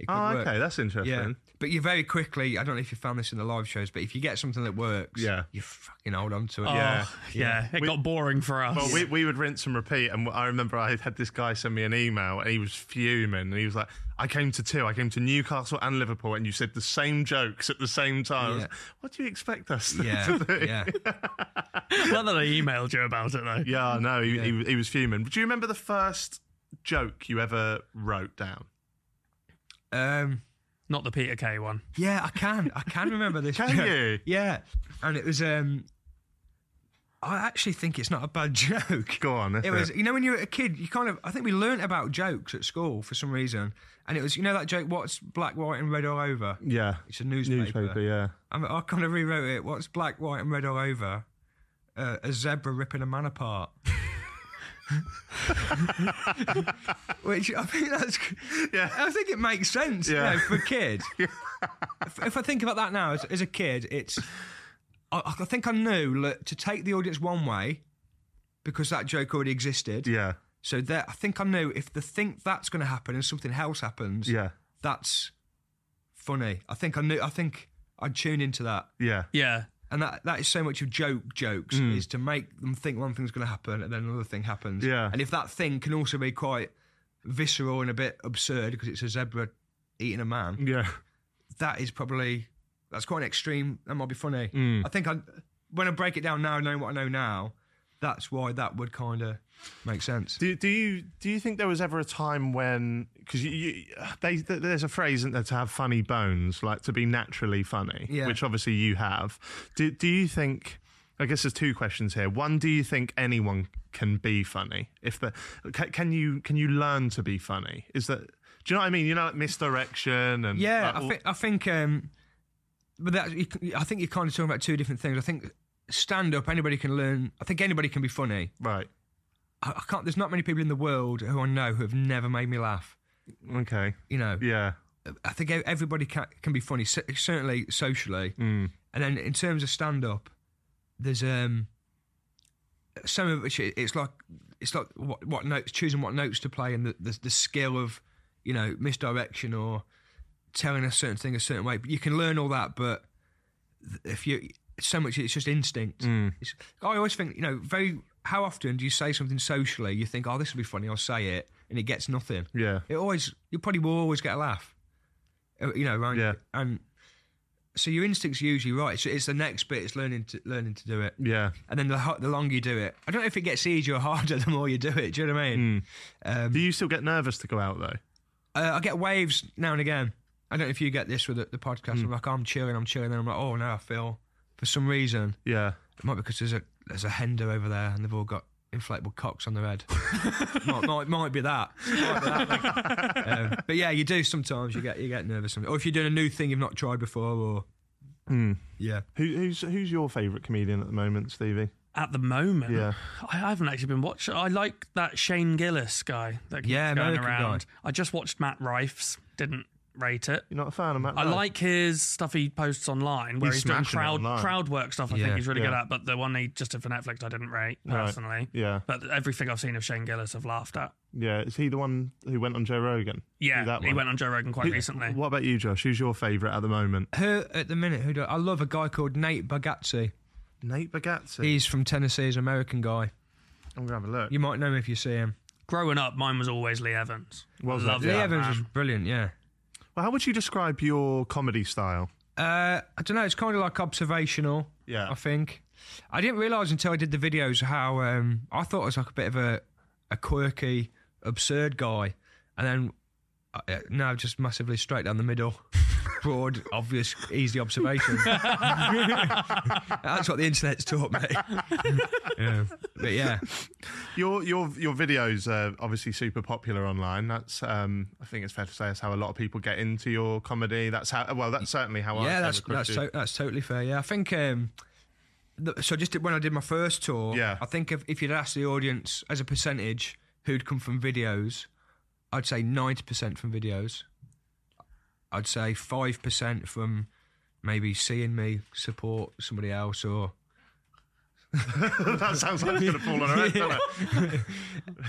It could Oh, work. okay, that's interesting. Yeah, but you very quickly. I don't know if you found this in the live shows, but if you get something that works, Yeah. you fucking hold on to it. Oh, Yeah. yeah, It got boring for us. Well, we, we would rinse and repeat, and I remember I had this guy send me an email, and he was fuming, and he was like, "I came to two, I came to Newcastle and Liverpool, and you said the same jokes at the same time. I was Yeah. what do you expect us to yeah, do?" yeah. Not that I emailed you about it though. Yeah, no, he, he, he was fuming. Do you remember the first joke you ever wrote down? Um, Not the Peter Kay one. yeah, I can. I can remember this. Can you? Yeah, and it was. um I actually think it's not a bad joke. Go on, that's It was, it. you know, when you were a kid, you kind of, I think we learnt about jokes at school for some reason. And it was, you know, that joke, what's black, white, and red all over? Yeah, It's a newspaper. yeah. I'm- I kind of rewrote it. What's black, white, and red all over? Uh, a zebra ripping a man apart. Which I think that's, Yeah. I think it makes sense you Yeah. know, for a kid. if, if I think about that now, as, as a kid, it's, I, I think I knew look, to take the audience one way because that joke already existed. Yeah, So there, I think I know if the think that's going to happen and something else happens, yeah, that's funny. I think I knew. I think I'd tune into that, yeah. Yeah. and that that is so much of joke jokes Mm. is to make them think one thing's going to happen and then another thing happens. Yeah. and if that thing can also be quite visceral and a bit absurd because it's a zebra eating a man, Yeah, that is probably that's quite an extreme. That might be funny. Mm. I think I when I break it down now, knowing what I know now, that's why that would kind of make sense. do, do you do you think there was ever a time when because you, you they th- there's a phrase isn't there to have funny bones like to be naturally funny Yeah. which obviously you have do do you think I guess there's two questions here one do you think anyone can be funny if the can, can you can you learn to be funny is that do you know what I mean you know like misdirection and Yeah, like, I all- think I think, um, but that you, c- I think you're kind of talking about two different things. I think stand up, anybody can learn. I think anybody can be funny. right I, I can't. There's not many people in the world who I know who have never made me laugh. okay You know, yeah I think e- everybody can, can be funny, cer- certainly socially. And then in terms of stand up, there's um some of which it- it's like it's like what, what notes choosing what notes to play and the, the the skill of you know misdirection or telling a certain thing a certain way. But you can learn all that, but th- if you so much it's just instinct. It's, I always think you know very how often do you say something socially? You think oh this will be funny, I'll say it, and it gets nothing. yeah It always you probably will always get a laugh. Uh, You know, and, Yeah. and so your instincts are usually right. So it's the next bit. It's learning to learning to do it, yeah and then the ho- the longer you do it, I don't know if it gets easier or harder the more you do it. Do you know what I Mm. mean? Um, do you still get nervous to go out though Uh, I get waves now and again. I don't know if you get this with the, the podcast. Mm. I'm like, "Oh, I'm chilling, I'm chilling, and I'm like, oh no, I feel for some reason yeah it might be because there's a there's a hender over there, and they've all got inflatable cocks on their head. might, might might be that. Might be that. Um, but yeah, you do sometimes. You get you get nervous, sometimes. or if you're doing a new thing you've not tried before, or yeah, Who, who's who's your favourite comedian at the moment Stevie At the moment, Yeah. I I haven't actually been watching. I like that Shane Gillis guy that keeps Yeah, going American around. guy. I just watched Matt Rife's. Didn't rate it. you're not a fan of Matt I Ryan? like his stuff he posts online where He's he's, doing smashing it crowd online. crowd work stuff. I Yeah, think he's really good yeah. at. But the one he just did for Netflix, I didn't rate Right. personally. yeah But everything I've seen of Shane Gillis, I've laughed at. Yeah, is he the one who went on Joe Rogan? Yeah, Do that he one. went on Joe Rogan quite Who- recently. What about you, Josh? Who's your favourite at the moment? Who at the minute? Who do I love? A guy called Nate Bargatze. Nate Bargatze. He's from Tennessee. He's an American guy. I'm gonna have a look. You might know him if you see him. Growing up, mine was always Lee Evans. Was it? Love Lee Lee that Evans man. was brilliant. Yeah. Well, how would you describe your comedy style? Uh, I don't know. It's kind of like observational. Yeah. I think I didn't realize until I did the videos how um, I thought I was like a bit of a, a quirky, absurd guy, and then uh, uh, now just massively straight down the middle, broad, obvious, easy observation. That's what the internet's taught me. yeah. But yeah, Your your your videos are obviously super popular online. That's um, I think it's fair to say that's how a lot of people get into your comedy. That's how well that's certainly how I yeah, came that's across that's you. to- that's totally fair. Yeah, I think. Um, the, so just when I did my first tour, Yeah. I think if, if you'd asked the audience as a percentage who'd come from videos, I'd say ninety percent from videos. I'd say five percent from maybe seeing me support somebody else or that sounds like it's gonna fall on her head, doesn't it?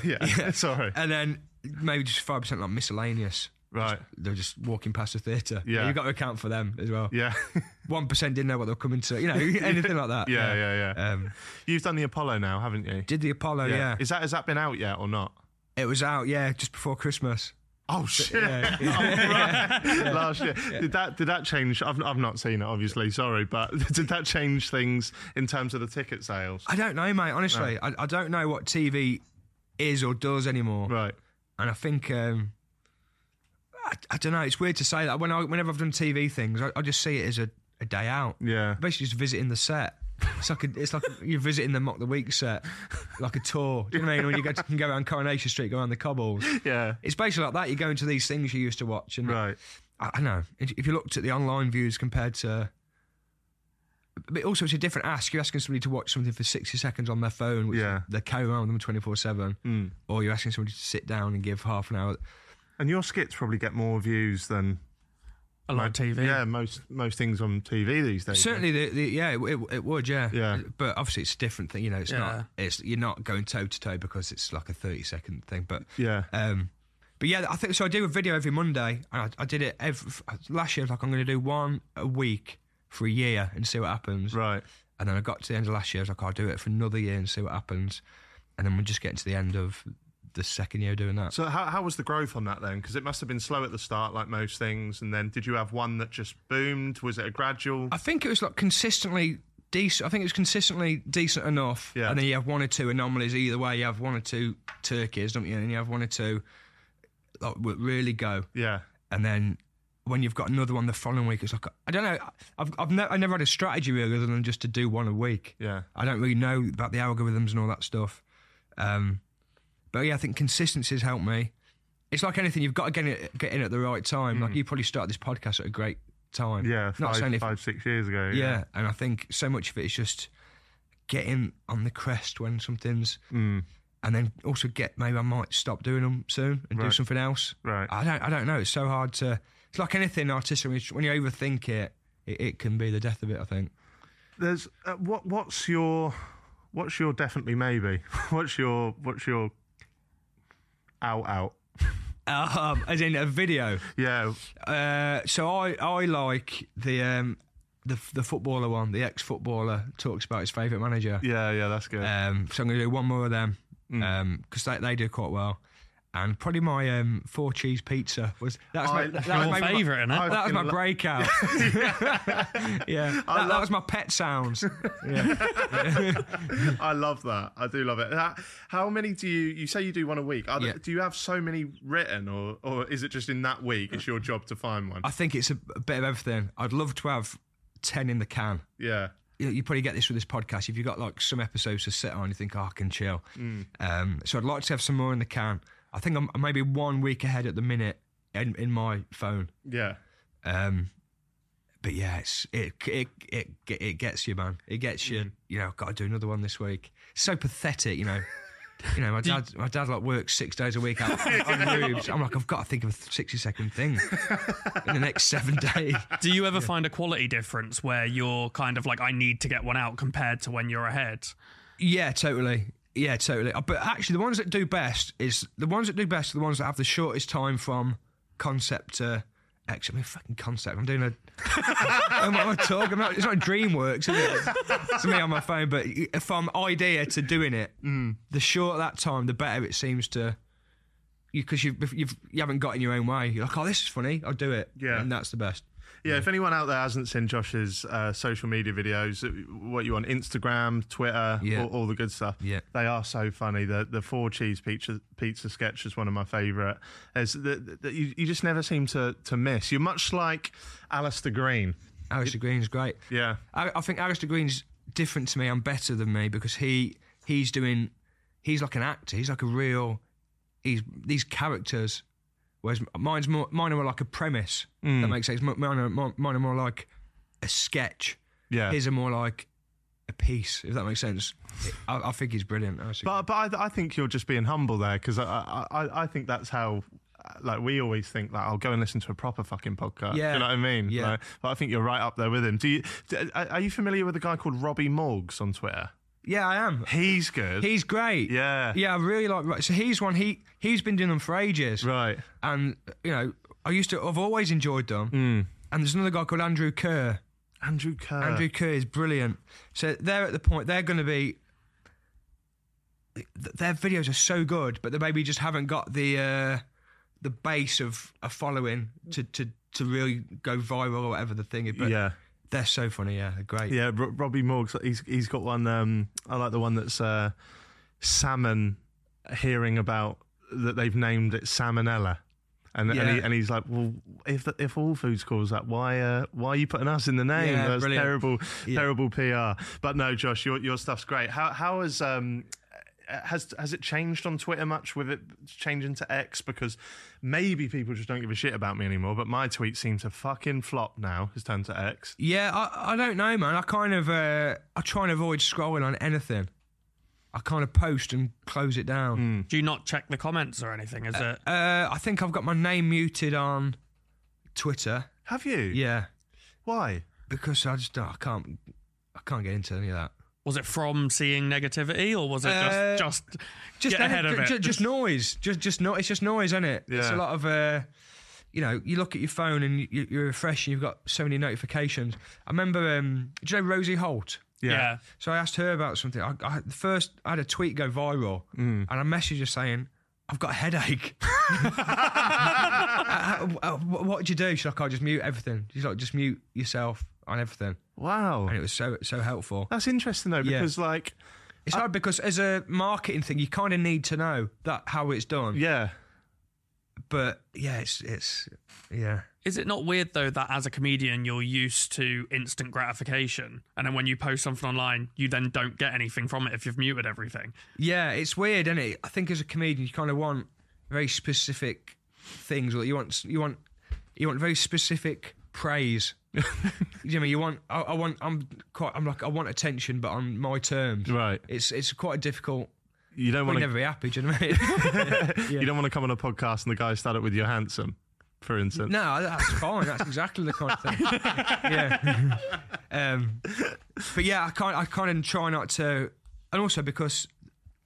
yeah. Sorry. and then maybe just five percent like miscellaneous. Right. They're just walking past the theatre. Yeah. You've got to account for them as well. Yeah. yeah, One percent didn't know what they were coming to. You know, anything like that. yeah, yeah. Um, You've done the Apollo now, haven't you? did the Apollo? Yeah. Is that has that been out yet or not? it was out. Yeah, just before Christmas. Oh shit! Oh, Yeah. Last year, did that did that change? I've I've not seen it, obviously. Sorry, but did that change things in terms of the ticket sales? I don't know, mate. Honestly, I, I don't know what TV is or does anymore. Right. And I think um, I, I don't know. It's weird to say that. When I, whenever I've done TV things, I, I just see it as a, a day out. Yeah. basically just visiting the set. It's like a, it's like you're visiting the mock the week set, like a tour. Do you know what I mean? When you go to, can go around Coronation Street, go around the cobbles. Yeah. It's basically like that. You're going to these things you used to watch, and Right. I, I know if if you looked at the online views compared to. But also, it's a different ask. You're asking somebody to watch something for 60 seconds on their phone, which Yeah. Mm. they carry around with them 24 7, or you're asking somebody to sit down and give half an hour. And your skits probably get more views than A lot of TV. Yeah, most most things on TV these days. Certainly, the, the yeah, it, it, it would, yeah, Yeah. But obviously, it's a different thing. You know, it's Yeah. not. It's you're not going toe to toe because it's like a thirty second thing. But Yeah. um, but yeah, I think so. I do a video every Monday, and I, I did it every last year. I was Like I'm going to do one a week for a year and see what happens. Right. And then I got to the end of last year. I was like, "Oh, I'll do it for another year and see what happens. And then we're just getting to the end of the second year doing that. So how how was the growth on that then? Because it must have been slow at the start, like most things. And then did you have one that just boomed? Was it a gradual? I think it was like consistently decent. I think it was consistently decent enough. Yeah. And then you have one or two anomalies either way. You have one or two turkeys, don't you? And you have one or two like will really go. yeah. And then when you've got another one the following week, it's like I don't know. I've I've, ne- I never had a strategy really other than just to do one a week. Yeah. I don't really know about the algorithms and all that stuff. Um, but yeah, I think consistency's helped me. It's like anything; you've got to get in, get in at the right time. Like you probably started this podcast at a great time. Hmm. Yeah. not Five, saying if five six years ago. yeah. and I think so much of it is just getting on the crest when something's, Hmm. and then also get maybe I might stop doing them soon and do Right. something else. Right. I don't. I don't know. It's so hard to. It's like anything artistic. When you, when you overthink it, it, it can be the death of it. I think. There's uh, what what's your what's your definitely maybe? What's your what's your out out? Um, as in a video. Yeah. Uh, so I I like the um the the footballer one. The ex footballer talks about his favourite manager. Yeah. Yeah. Mm. That's good. Um, so I'm going to do one more of them because they, they do quite well. And probably my um, four cheese pizza was that's my, I- that was Your maybe my- favourite, innit? That was my Fucking lo- breakout. yeah, that, that was my pet sounds. I love that. I do love it. How, how many do you? You say you do one a week. Are there- Yeah. do you have so many written, or or is it just in that week? It's your job to find one. I think it's a, a bit of everything. I'd love to have ten in the can. yeah. You, you probably get this with this podcast. If you've got like some episodes to sit on, you think, oh, I can chill. Um, so I'd like to have some more in the can. I think I'm I'm maybe one week ahead at the minute in, in my phone. Yeah. Um, but yeah, it's, it it it it gets you, man. It gets you. You know, I've got to do another one this week. So pathetic, you know. You know, my dad, my dad like works six days a week out on roofs. I'm like, I've got to think of a sixty second thing in the next seven days. Do you ever find a quality difference where you're kind of like, I need to get one out compared to when you're ahead? Yeah, totally. Yeah, totally. Uh, But actually, the ones that do best is the ones that do best are the ones that have the shortest time from concept to. Actually, I mean, fucking concept. I'm doing a. I'm not talking about. It's not DreamWorks, is it? To me on my phone, but from idea to doing it, the shorter that time, the better it seems to. Because you, 'cause you've, you've you haven't got in your own way. You're like, oh, this is funny. I'll do it. Yeah. and that's the best. Yeah, if anyone out there hasn't seen Josh's uh, social media videos, uh, what you on Instagram, Twitter, Yeah. all, all the good stuff. Yeah. they are so funny. The the four cheese pizza pizza sketch is one of my favourite. As the, the, you, you just never seem to to miss. You're much like Alistair Green. Alistair Green's great. Yeah, I, I think Alistair Green's different to me and better than me because he he's doing he's like an actor. He's like a real he's these characters. Whereas mine's more mine are more like a premise. Mm. That makes sense. Mine are, mine are more like a sketch. yeah. His are more like a piece. If that makes sense. I, I think he's brilliant. Alistair But but I, I think you're just being humble there because I, I I- I think that's how uh, like we always think like I'll go and listen to a proper fucking podcast. Do Yeah. you know what I mean? Yeah. Like, but I think you're right up there with him. Do you? d- are are you familiar with a guy called Robbie Morgs on Twitter? Green. yeah, I am. He's good. He's great. Yeah. Yeah, I really like. So he's one. He he's been doing them for ages. right. and you know I used to. I've always enjoyed them. Mm. And there's another guy called Andrew Kerr. Andrew Kerr. Andrew Kerr is brilliant. So they're at the point they're going to be. th- Their videos are so good, but they maybe just haven't got the uh, the base of a following to, to, to really go viral or whatever the thing is. But yeah. they're so funny. Yeah, they're great. Yeah, Ro- Robbie Morgs. He's he's got one. Um, I like the one that's uh, salmon. Hearing about that they've named it salmonella, and and, he, Yeah. and he's like, well, if the, if all foods cause that, why uh, why are you putting us in the name? Yeah, that's brilliant. terrible, Yeah. terrible PR. But no, Josh, your your stuff's great. How how has um. Has has it changed on Twitter much with it changing to X? Because maybe people just don't give a shit about me anymore. But my tweets seem to fucking flop now. Has turned to X. Yeah, I, I don't know, man. I kind of uh, I try and avoid scrolling on anything. I kind of post and close it down. Do you not check the comments or anything? Is it? Uh, I think I've got my name muted on Twitter. Have you? Yeah, Why? because I just don't, I can't I can't get into any of that. Was it from seeing negativity, or was it Uh, just just, Just get ahead of it? just, just noise. Just just no. It's just noise, isn't it? It's a Yeah. lot of. Uh, you know, you look at your phone and you, you refresh, and you've got so many notifications. I remember, um, do you know Rosie Holt? yeah. So I asked her about something. I, I the first I had a tweet go viral, and I messaged her saying, "I've got a headache." Uh, I- I- I- what what did you do? She's like, "I just mute everything." She's like, "Just mute yourself on everything," Wow. and it was so so helpful. That's interesting though, Yeah. because like, It's hard because as a marketing thing, you kind of need to know that how it's done. yeah, But yeah, it's it's yeah. Is it not weird though that as a comedian you're used to instant gratification, and then when you post something online, you then don't get anything from it if you've muted everything? Yeah, it's weird, isn't it? I think as a comedian, you kind of want very specific things, or you want you want you want very specific praise. you know, what I mean? you want I, I want I'm quite I'm like I want attention, but on my terms. Right. It's it's quite difficult. you don't We want to never be happy, do you know what I mean? you don't want to come on a podcast and the guy started with "You're handsome," for instance. no, that's fine. That's exactly the kind of thing. yeah. um, but yeah, I can't. I kind of try not to, and also because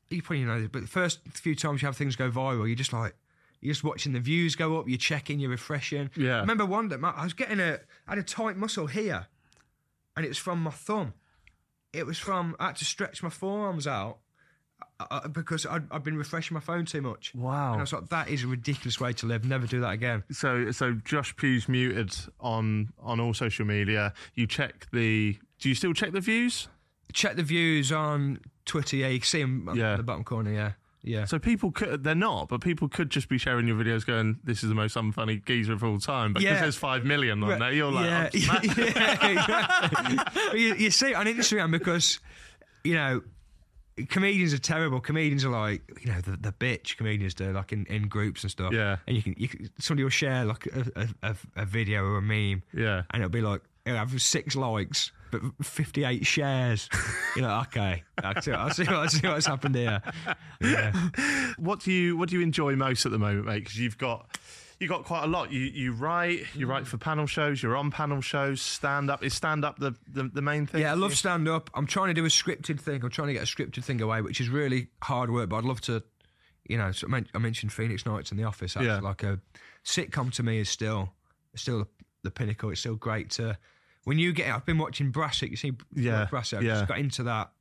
you probably know this, but the first few times you have things go viral, you're just like. You're just watching the views go up. You're checking. You're refreshing. Yeah. I remember one day, my- I was getting a, I had a tight muscle here, and it was from my thumb. It was from I had to stretch my forearms out uh, because I'd, I'd been refreshing my phone too much. Wow. And I was like, that is a ridiculous way to live. Never do that again. So so Josh Pugh's muted on on all social media. You check the. Do you still check the views? check the views on Twitter. Yeah, you can see them Yeah. at the bottom corner. Yeah, yeah. So people could they're not, but people could just be sharing your videos, going, "This is the most unfunny geezer of all time." But because Yeah. there's five million on there, you're like, yeah, "Oh, smack." yeah, exactly. you, you see it on Instagram because you know comedians are terrible. Comedians are like you know the, the bitch comedians do like in, in groups and stuff. Yeah. and you can you can, somebody will share like a, a, a, a video or a meme. Yeah. and it'll be like it'll have six likes. But 58 shares. You're like, okay, I see, I see, I see what's happened here. what do you what do you enjoy most at the moment, mate? Because you've got you got quite a lot. You you write, you write for panel shows, you're on panel shows, stand up. Is stand up the, the, the main thing? Yeah, I love stand up. I'm trying to do a scripted thing. I'm trying to get a scripted thing away, which is really hard work. But I'd love to, you know. So I, men- I mentioned Phoenix Nights in the Office. That's Yeah. like a sitcom to me is still still the pinnacle. It's still great to when you get. I've been watching Brassic. You see, Yeah, Brassic. I've yeah. just got into that.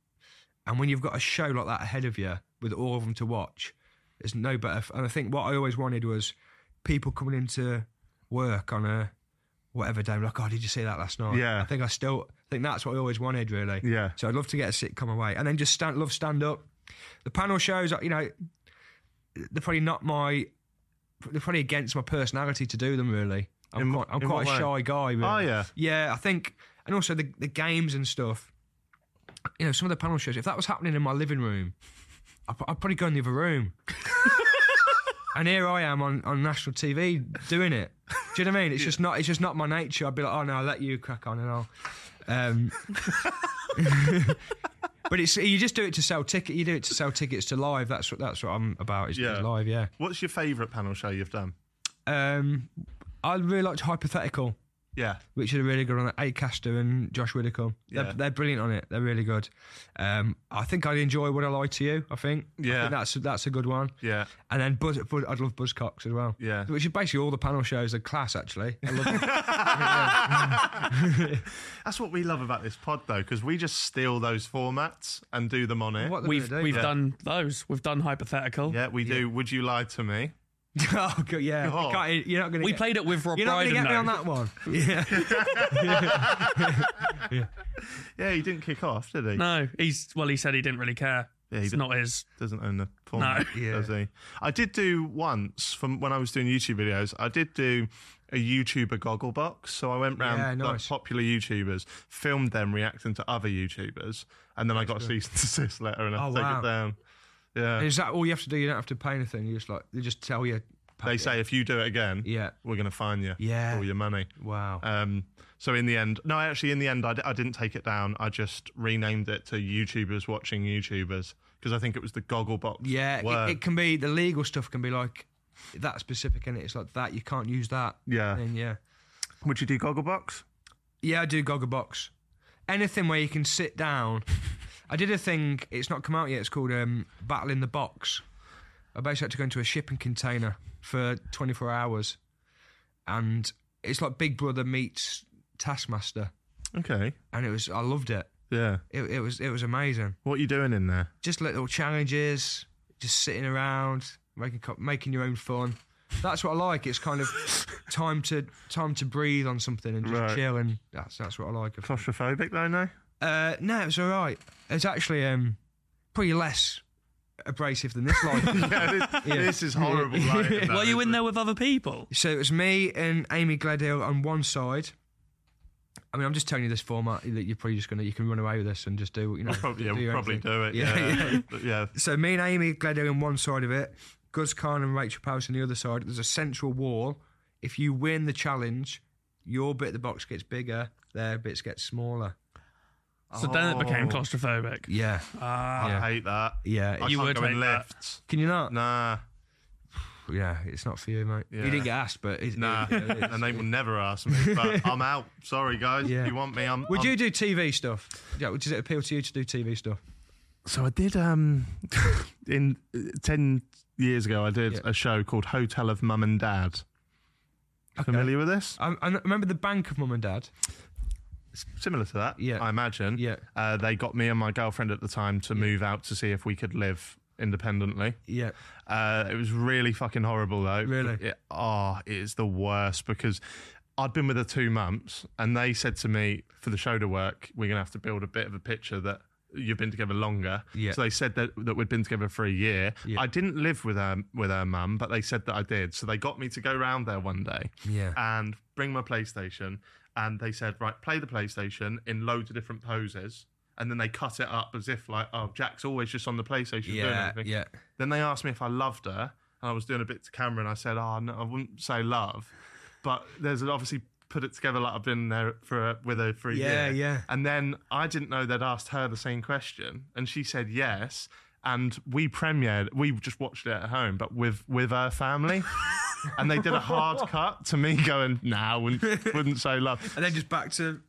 And when you've got a show like that ahead of you with all of them to watch, there's no better. And I think what I always wanted was people coming into work on a whatever day, like, oh, did you see that last night? Yeah. I think I still I think that's what I always wanted, really. Yeah. So I'd love to get a sitcom away, and then just stand, love stand up. The panel shows, you know, they're probably not my, they're probably against my personality to do them. Really, I'm In quite, wh- I'm in quite a what way? Oh, shy guy. Really. Are ya? Yeah, I think, and also the the games and stuff. You know, some of the panel shows. If that was happening in my living room, I'd, pro- I'd probably go in the other room. and here I am on, on national TV doing it. Do you know what I mean? It's just not it's just not my nature. I'd be like, oh no, I'll let you crack on and I'll. Um, but it's you just do it to sell ticket. You do it to sell tickets to live. That's what that's what I'm about. Is, is Yeah. live. Yeah. What's your favourite panel show you've done? Um, I really liked hypothetical. Yeah. Richard are really good on it. Eight Caster and Josh Widdicombe. They're, Yeah. they're brilliant on it. They're really good. Um, I think I'd enjoy Would I Lie to You, I think. I Yeah. think that's that's a good one. Yeah. And then Buzz, Buzz, I'd love Buzzcocks as well. Yeah. Which is basically all the panel shows are class, actually. I love it. That's what we love about this pod, though, because we just steal those formats and do them on it. What they're We've gonna do. we've done those. We've done hypothetical. Yeah, we do. Would you lie to me? oh, God, yeah. You Oh. can't- you're not going to We get, played it with Rob You're not going to Brydon. though. get me on that one. Yeah. Yeah, he didn't kick off, did he? No, he's well. He said he didn't really care. he it's did- not his. Doesn't own the format, Yeah. does he? I did do once from when I was doing YouTube videos. I did do a YouTuber goggle box, so I went round Yeah, like, nice. popular YouTubers, filmed them reacting to other YouTubers, and then I got a cease and desist letter and I Oh, took wow. it down. Yeah, Is that all you have to do? You don't have to pay anything. You just like they just tell you. they say if you do it again, Yeah. we're gonna fine you, Yeah. all your money. Wow. Um, so in the end, no, actually, in the end, I d- I didn't take it down. I just renamed it to YouTubers watching YouTubers because I think it was the Gogglebox. yeah. word. It, it can be the legal stuff can be like that specific and it's like that you can't use that. Yeah. And yeah. Would you do Gogglebox? Yeah, I do Gogglebox. Anything where you can sit down. I did a thing. It's not come out yet. It's called um, Battle in the Box. I basically had to go into a shipping container for 24 hours, and it's like Big Brother meets Taskmaster, Okay. and it was. I loved it. Yeah. It, it was. It was amazing. What are you doing in there? just little challenges, just sitting around, making co- making your own fun. That's what I like. It's kind of time to time to breathe on something and just Right. chill, and that's that's what I like. Claustrophobic though, no? Uh, no, it's all right. It's actually um, pretty less abrasive than this life. Yeah, this, this is horrible. Right? Were you in there with other people? so it was me and Amy Gladhill on one side. I mean, I'm just telling you this format that you're probably just gonna you can run away with this and just do you know Probably, yeah, do your we'll own probably thing. do it. Yeah, Yeah. Yeah. So me and Amy Gladhill on one side of it, Gus Khan and Rachel Powers on the other side. There's a central wall. If you win the challenge, your bit of the box gets bigger, their bits get smaller. So then it became Oh. claustrophobic. Yeah, I Yeah. hate that. yeah. Uh, I it's- You can't would go in hate that. lifts. Can you not? Nah, Yeah, it's not for you, mate. Yeah. You didn't get asked, but it, nah. it- it- it- and they will never ask me. But I'm out. Sorry, guys. Yeah. You want me? I'm. would I'm- you do TV stuff? Yeah, does it appeal to you to do TV stuff? So I did um in uh, ten years ago I did Yeah. a show called Hotel of Mum and Dad. Familiar with this? I, I Um, remember the bank of mum and dad. Similar to that, Yeah. I imagine. Yeah. Uh, they got me and my girlfriend at the time to move out to see if we could live independently. Yeah, Uh, it was really fucking horrible though. Really? It, oh, it is the worst because I'd been with her two months and they said to me for the show to work, we're gonna have to build a bit of a picture that you've been together longer. Yeah. So they said that, that we'd been together for a year. Yeah. I didn't live with her with her mum, but they said that I did. So they got me to go round there one day yeah. and bring my PlayStation. And they said, right, play the PlayStation in loads of different poses. And then they cut it up as if, like, oh, Jack's always just on the PlayStation doing Yeah, everything. yeah. Then they asked me if I loved her. And I was doing a bit to camera and I said, oh, no, I wouldn't say love. But there's obviously put it together like I've been there for with her for a Yeah, year. yeah. And then I didn't know they'd asked her the same question. And she said yes. And we premiered, we just watched it at home, but with with her family. and they did a hard cut to me going, nah, wouldn't, wouldn't say love. And then just back to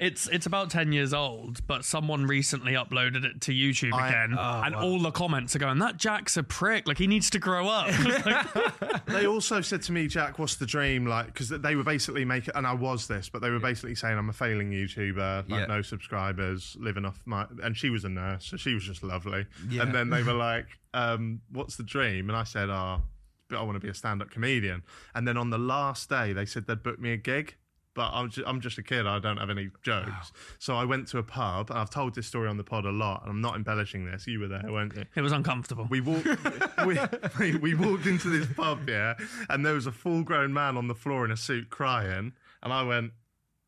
It's it's about ten years old, but someone recently uploaded it to YouTube I- again, oh, and all the comments are going, "That Jack's a prick. Like he needs to grow up." Like, They also said to me, Jack, what's the dream like? Because they were basically making, and I was this, but they were basically saying I'm a failing YouTuber, like Yeah. no subscribers, living off my. And she was a nurse, so she was just lovely. Yeah. And then they were like, um, "What's the dream?" And I said, "Ah, but I want to be a stand-up comedian." And then on the last day, they said they'd book me a gig. But I'm just, I'm just a kid. I don't have any jokes. So I went to a pub, and I've told this story on the pod a lot, and I'm not embellishing this. You were there, weren't you? it was uncomfortable. We walked, we, we, we walked into this pub, yeah, and there was a full grown man on the floor in a suit crying. And I went,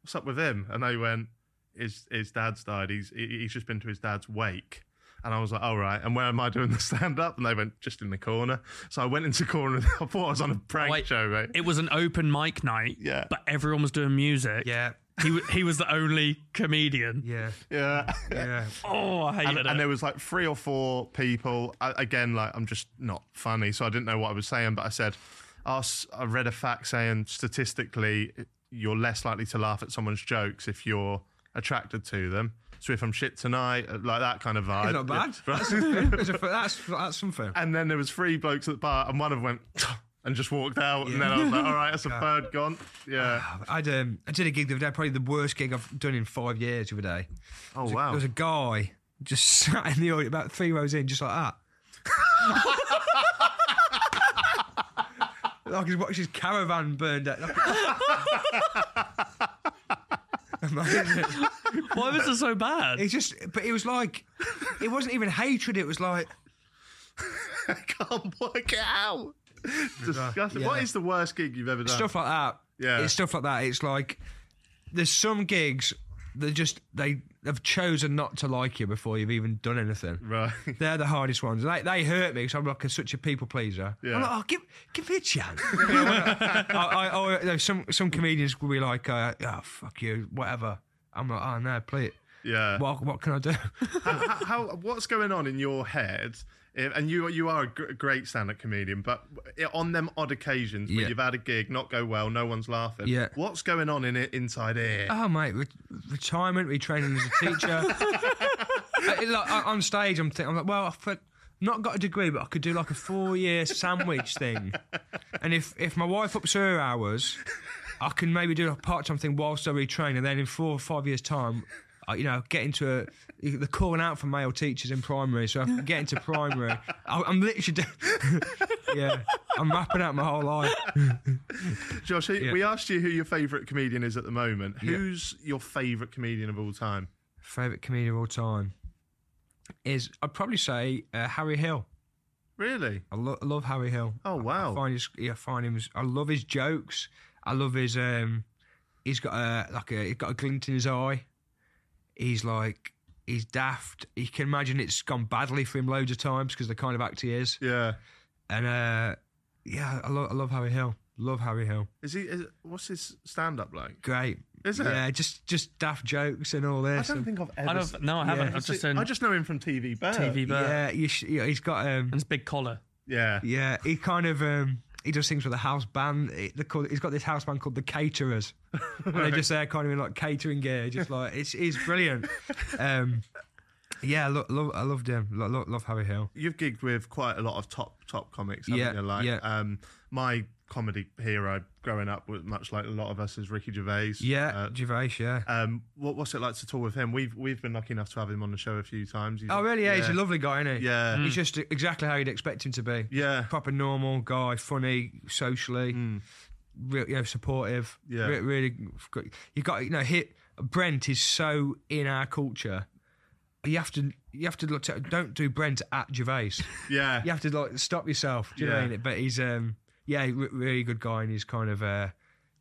What's up with him? And they went, His, his dad's died. He's, he- he's just been to his dad's wake. And I was like, All right. And where am I doing the stand up? And they went, Just in the corner. So I went into the corner. I thought I was on a prank Wait, show, mate. It was an open mic night, Yeah. but everyone was doing music. yeah, he wa- he was the only comedian. yeah, yeah. yeah. Oh, I hated and, it. and there was like three or four people. I, again, like I'm just not funny, so I didn't know what I was saying. But I said, I s- I read a fact saying statistically you're less likely to laugh at someone's jokes if you're attracted to them. So if I'm shit tonight, uh, like that kind of vibe. It's not bad. Yeah. That's, that's, that's, that's something. And then there was three blokes at the bar, and one of them went and just walked out. And then I was like, all right, that's a bird gone. Yeah. I'd, um, I did a gig the other day, probably the worst gig I've done in five years the other day. Oh There wow. was a guy just sat in the audience, about three rows in, just like that. like he's watched his caravan burn down. Imagine. Why was it so bad? It just, but it was like, it wasn't even hatred. It was like, I can't work it out. Disgusting. uh, Yeah. What is the worst gig you've ever done? stuff like that. Yeah. it's stuff like that. It's like there's some gigs that just they have chosen not to like you before you've even done anything. Right. They're the hardest ones. They, they hurt me because I'm like a, such a people pleaser. Yeah. I'm like, oh, give give me a chance. You know, I, I, I, you know, some some comedians will be like, uh, oh fuck you, whatever. I'm like, oh no, play it. Yeah. What what can I do? how, how- how, what's going on in your head? eh, And you you are a gr- great stand-up comedian, but on them odd occasions where Yeah. you've had a gig not go well, no one's laughing. Yeah. What's going on in it inside here? Oh mate, re- retirement, retraining as a teacher. I- like, I- on stage, I'm thinking, I'm like, well, I've put, not got a degree, but I could do like a four-year sandwich thing. And if if my wife ups her hours, I can maybe do a part-time thing whilst I retrain, and then in four or five years' time. I, you know, get into a, the calling out for male teachers in primary, so I can get into primary. I, I'm literally, do- yeah, I'm mapping out my whole life. Josh, eh, we asked you who your favourite comedian is at the moment. Who's your favourite comedian of all time? favorite comedian of all time is I'd probably say uh, Harry Hill. Really? I, lo- I love Harry Hill. Oh, I- I, wow. find his, yeah, I find him. I love his jokes. I love his. Um, he's got a like a. He's got a glint in his eye. He's like he's daft. You can imagine it's gone badly for him loads of times because the kind of act he is. Yeah. And uh, yeah, I love I love Harry Hill. Love Harry Hill. Is he? Is, what's his stand-up like? Great. Is it? Yeah, just just daft jokes and all I this. don't and- think I've ever. I s- don't, no, I haven't. I've just seen I just know him from TV. Bird. TV Bird yeah, you sh- yeah, he's got um, and his big collar. Yeah. Yeah, he kind of um, he does things with a house band. It- they're called- he's got this house band called the Caterers, and they're just there kind of in like catering gear, just like it's it's brilliant. Um, yeah, lo- lo- I loved him. Lo- lo- love Harry Hill. you've gigged with quite a lot of top top comics, haven't Yeah, you? Like, yeah. um, my comedy hero growing up was much like a lot of us is Ricky Gervais. Yeah, Uh, Gervais. Yeah. um, what, what's it like to tour with him? We've we've been lucky enough to have him on the show a few times. He's- oh, really? Yeah, he's a lovely guy, isn't he? Yeah. Mm. He's just exactly how you'd expect him to be. Yeah. Mm. Proper normal guy, funny, socially, real, you know, supportive. Yeah. Re- really, good. you got you know, hit Brent is so in our culture. You have to you have to look at, don't do Brent at Gervais. Yeah. you have to like stop yourself. Do you know what I Yeah. mean? But he's um yeah, re- really good guy, and he's kind of uh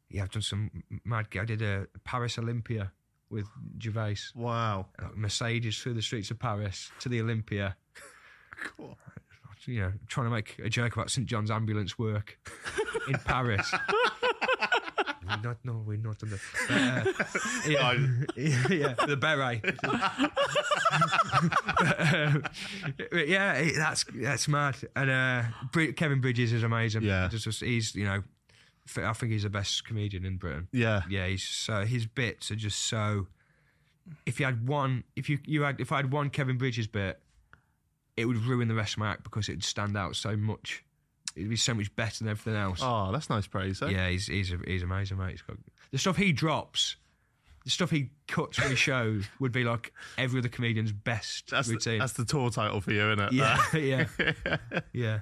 yeah, I've done some mad. I did a Paris Olympia with Gervais Wow. like Mercedes through the streets of Paris to the Olympia. Cool. You know, trying to make a joke about St John's ambulance work in Paris. we're not, no, we're not on the. but, uh, yeah, yeah, yeah, the beret. But, um, but yeah, it- that's that's mad. And uh, Bri- Kevin Bridges is amazing. Yeah. Just- just- he's you know, f- I think he's the best comedian in Britain Yeah. yeah, he's so his bits are just so. If you had one, if you you had, if I had one Kevin Bridges bit, it would ruin the rest of my act because it'd stand out so much. It'd be so much better than everything else. Oh, that's nice praise. Eh? Yeah, he's he's he's amazing, mate. He's got, the stuff he drops, the stuff he cuts when he shows would be like every other comedian's best That's the, routine. that's the tour title for you, isn't it? yeah, yeah, yeah.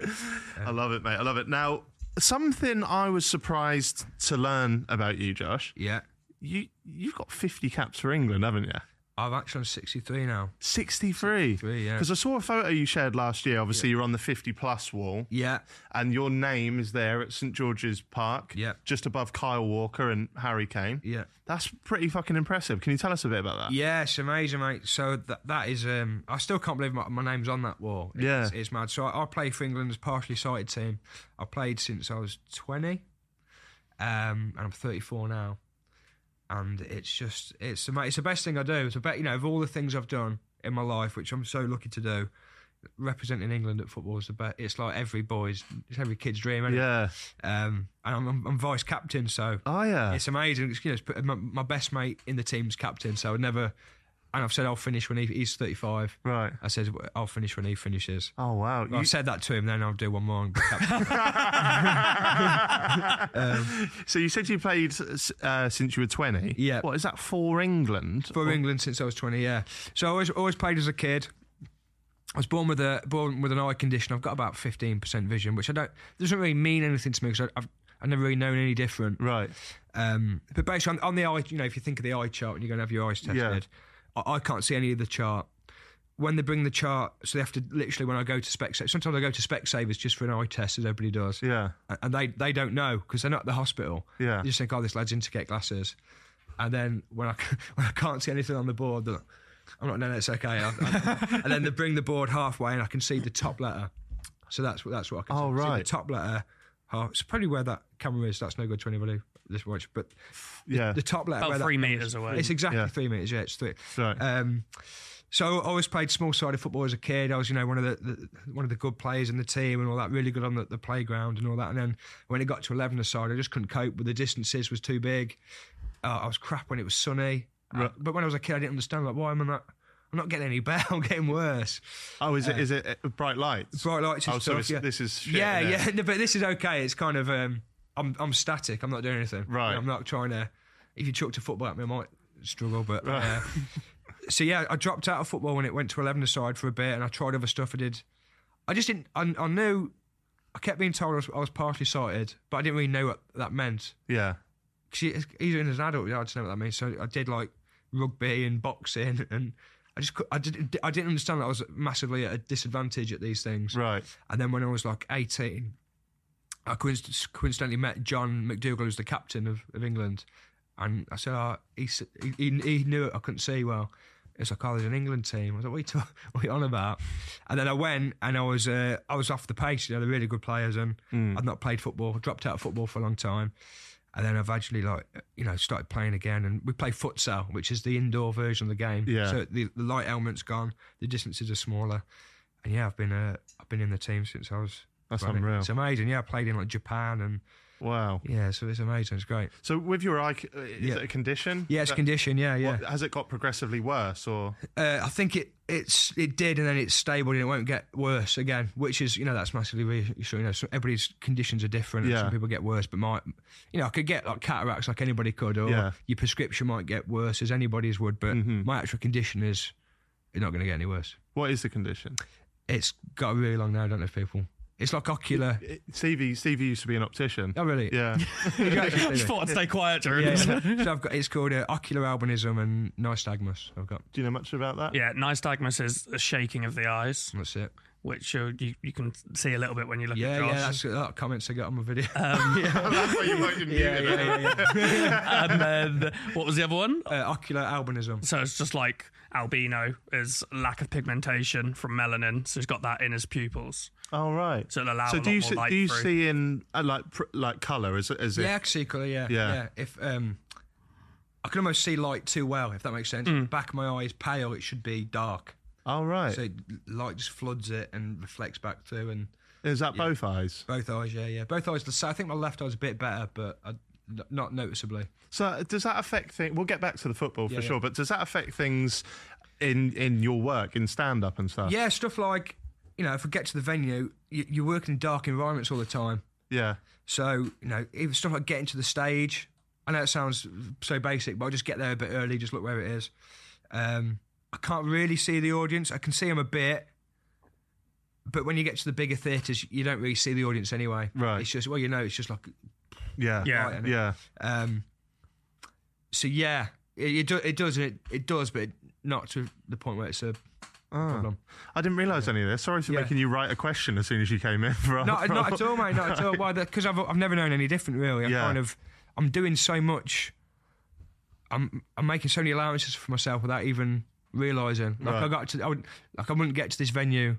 I love it, mate. I love it. Now, something I was surprised to learn about you, Josh. Yeah, You you've got 50 caps for England, haven't you? I'm actually on 63 now. 63. 63, yeah. Because I saw a photo you shared last year. Obviously, you're on the 50 plus wall, Yeah, and your name is there at St George's Park, Yeah. just above Kyle Walker and Harry Kane. yeah. That's pretty fucking impressive. Can you tell us a bit about that? Yeah, it's amazing, mate. So that that is, um, I still can't believe my, my name's on that wall. It's, Yeah. it's mad. So I, I play for England's partially sighted team. I played since I was twenty, um, and I'm 34 now. And it's just, it's ama- it's the best thing I do. It's a bet, you know, of all the things I've done in my life, which I'm so lucky to do. representing England at football is the best. It's like every boy's, it's every kid's dream. Isn't Yeah. It? Um, and I'm, I'm, I'm vice captain, so Oh yeah. it's amazing. It's, you know, it's put- my, my best mate in the team's captain, so I never. And I've said I'll finish when he, he's 35. right. I said I'll finish when he finishes. Oh wow. Well, You- I've said that to him. Then I'll do one more. And be captain. so you said you played uh, since you were twenty. Yeah. What is that for England? for England since I was 20. Yeah, so I always always played as a kid. I was born with a born with an eye condition. I've got about 15 percent vision, which I don't doesn't really mean anything to me because I've I've never really known any different. Right. Um, but basically, on, on the eye, you know, if you think of the eye chart and you're going to have your eyes tested, Yeah. I, I can't see any of the chart. When they bring the chart, so they have to literally when I go to Specsavers, sometimes I go to Specsavers just for an eye test, as everybody does. Yeah. A- And they, they don't know because they're not at the hospital. Yeah. They just think, oh, this lad's in to get glasses. And then when I, c- when I can't see anything on the board, they're like, I'm not, no, no, it's okay. I, I, and then they bring the board halfway and I can see the top letter. So that's what that's what I can Oh, see. See right. the top letter. half- it's probably where that camera is. That's no good to anybody this watch. But Yeah. the top letter. About where that three thing metres is- away. It's exactly Yeah. three metres, yeah, it's three. Right. Um, so I always played small sided football as a kid. I was, you know, one of the, the one of the good players in the team and all that, really good on the, the playground and all that. And then when it got to eleven aside, I just couldn't cope with the distances was too big. Uh, I was crap when it was sunny. Uh, but when I was a kid, I didn't understand like why am I not? I'm not getting any better. I'm getting worse. oh, is it is it uh, bright lights? Bright lights. And Oh, so stuff, it's- yeah. this is shit, yeah, innit? yeah. No, but this is okay. It's kind of um, I'm I'm static. I'm not doing anything. Right. I'm not trying to. If you chucked a football at me, I might struggle. But uh, so yeah, I dropped out of football when it went to eleven aside for a bit, and I tried other stuff. I did. I just didn't. I, I knew. I kept being told I was, I was partially sighted, but I didn't really know what that meant. Yeah. Because even as an adult, I didn't know what that means. So I did like rugby and boxing, and I just cou- I did I didn't understand that I was massively at a disadvantage at these things. Right. And then when I was like 18, I coinc- coincidentally met John McDougall, who's the captain of, of England. And I said, oh, he, s- he, he he knew it, I couldn't see well. It's like, oh, there's an England team. I was like, what are you, ta- what are you on about? And then I went and I was uh, I was off the pace. You know, they're really good players and I'd not played football. I dropped out of football for a long time. And then I've actually like, you know, started playing again. And we play futsal, which is the indoor version of the game. Yeah. So the, the light element's gone. The distances are smaller. And yeah, I've been uh, I've been in the team since I was. That's running. unreal. It's amazing. Yeah, I played in like Japan and Wow. yeah, so it's amazing. It's great. So with your eye, c- uh, is Yeah. it a condition? Yeah, it's That- condition. Yeah, yeah. what- has it got progressively worse or? Uh, I think it it's it did, and then it's stable, and it won't get worse again. Which is you know that's massively reassuring. You know, so everybody's conditions are different. and Yeah. some people get worse, but my you know I could get like cataracts like anybody could, or Yeah. Mm-hmm. your prescription might get worse as anybody's would, but my actual condition is it's not going to get any worse. What is the condition? It's got a really long now, don't know people. It's like ocular. It- Stevie Stevie used to be an optician. Oh really? Yeah. Did you actually Just see that? thought I'd stay quiet during yeah, this. so I've got it's called uh, ocular albinism and nystagmus. I've got Do you know much about that? Yeah, nystagmus is a shaking of the eyes, that's it. which you, you, you can see a little bit when you look Yeah, at Josh. yeah, that's a lot of comments I got on my video. Um, That's why you won't admit yeah, it. yeah, yeah, yeah. and then what was the other one? uh, ocular albinism. So it's just like albino is lack of pigmentation from melanin, so he's got that in his pupils. Oh right. So it'll allow So a do lot you more see, light do you through. see in uh, like pr- like color? Is it is it? Yeah, actually, colour, yeah, Yeah. yeah, If um, I can almost see light too well, if that makes sense. Back of my eye is pale; it should be dark. Oh Mm. right. So light just floods it and reflects back through, and is that both eyes? both eyes, yeah, yeah, both eyes. the sa- I think my left eye's a bit better, but I, n- not noticeably. So uh, does that affect things? We'll get back to the football for Yeah, yeah. sure, but does that affect things in in your work in stand up and stuff? Yeah, stuff like you know, if we get to the venue, you, you work in dark environments all the time. Yeah. So, you know, even stuff like getting to the stage. I know it sounds so basic, but I'll just get there a bit early, just look where it is. Um, I can't really see the audience. I can see them a bit. But when you get to the bigger theatres, you don't really see the audience anyway. Right. It's just, well, you know, it's just like, Yeah. Yeah. Right, innit? Yeah. um, so yeah, it, it, do, it does, it, it does, but not to the point where it's a problem. I didn't realise any of this. Sorry for Yeah. making you write a question as soon as you came in. For our not, not at all, mate. Not at all. Why? Because I've I've never known any different, really. I Yeah. kind of I'm doing so much. I'm I'm making so many allowances for myself without even realizing. Like I Right. got to, I would, like I wouldn't get to this venue,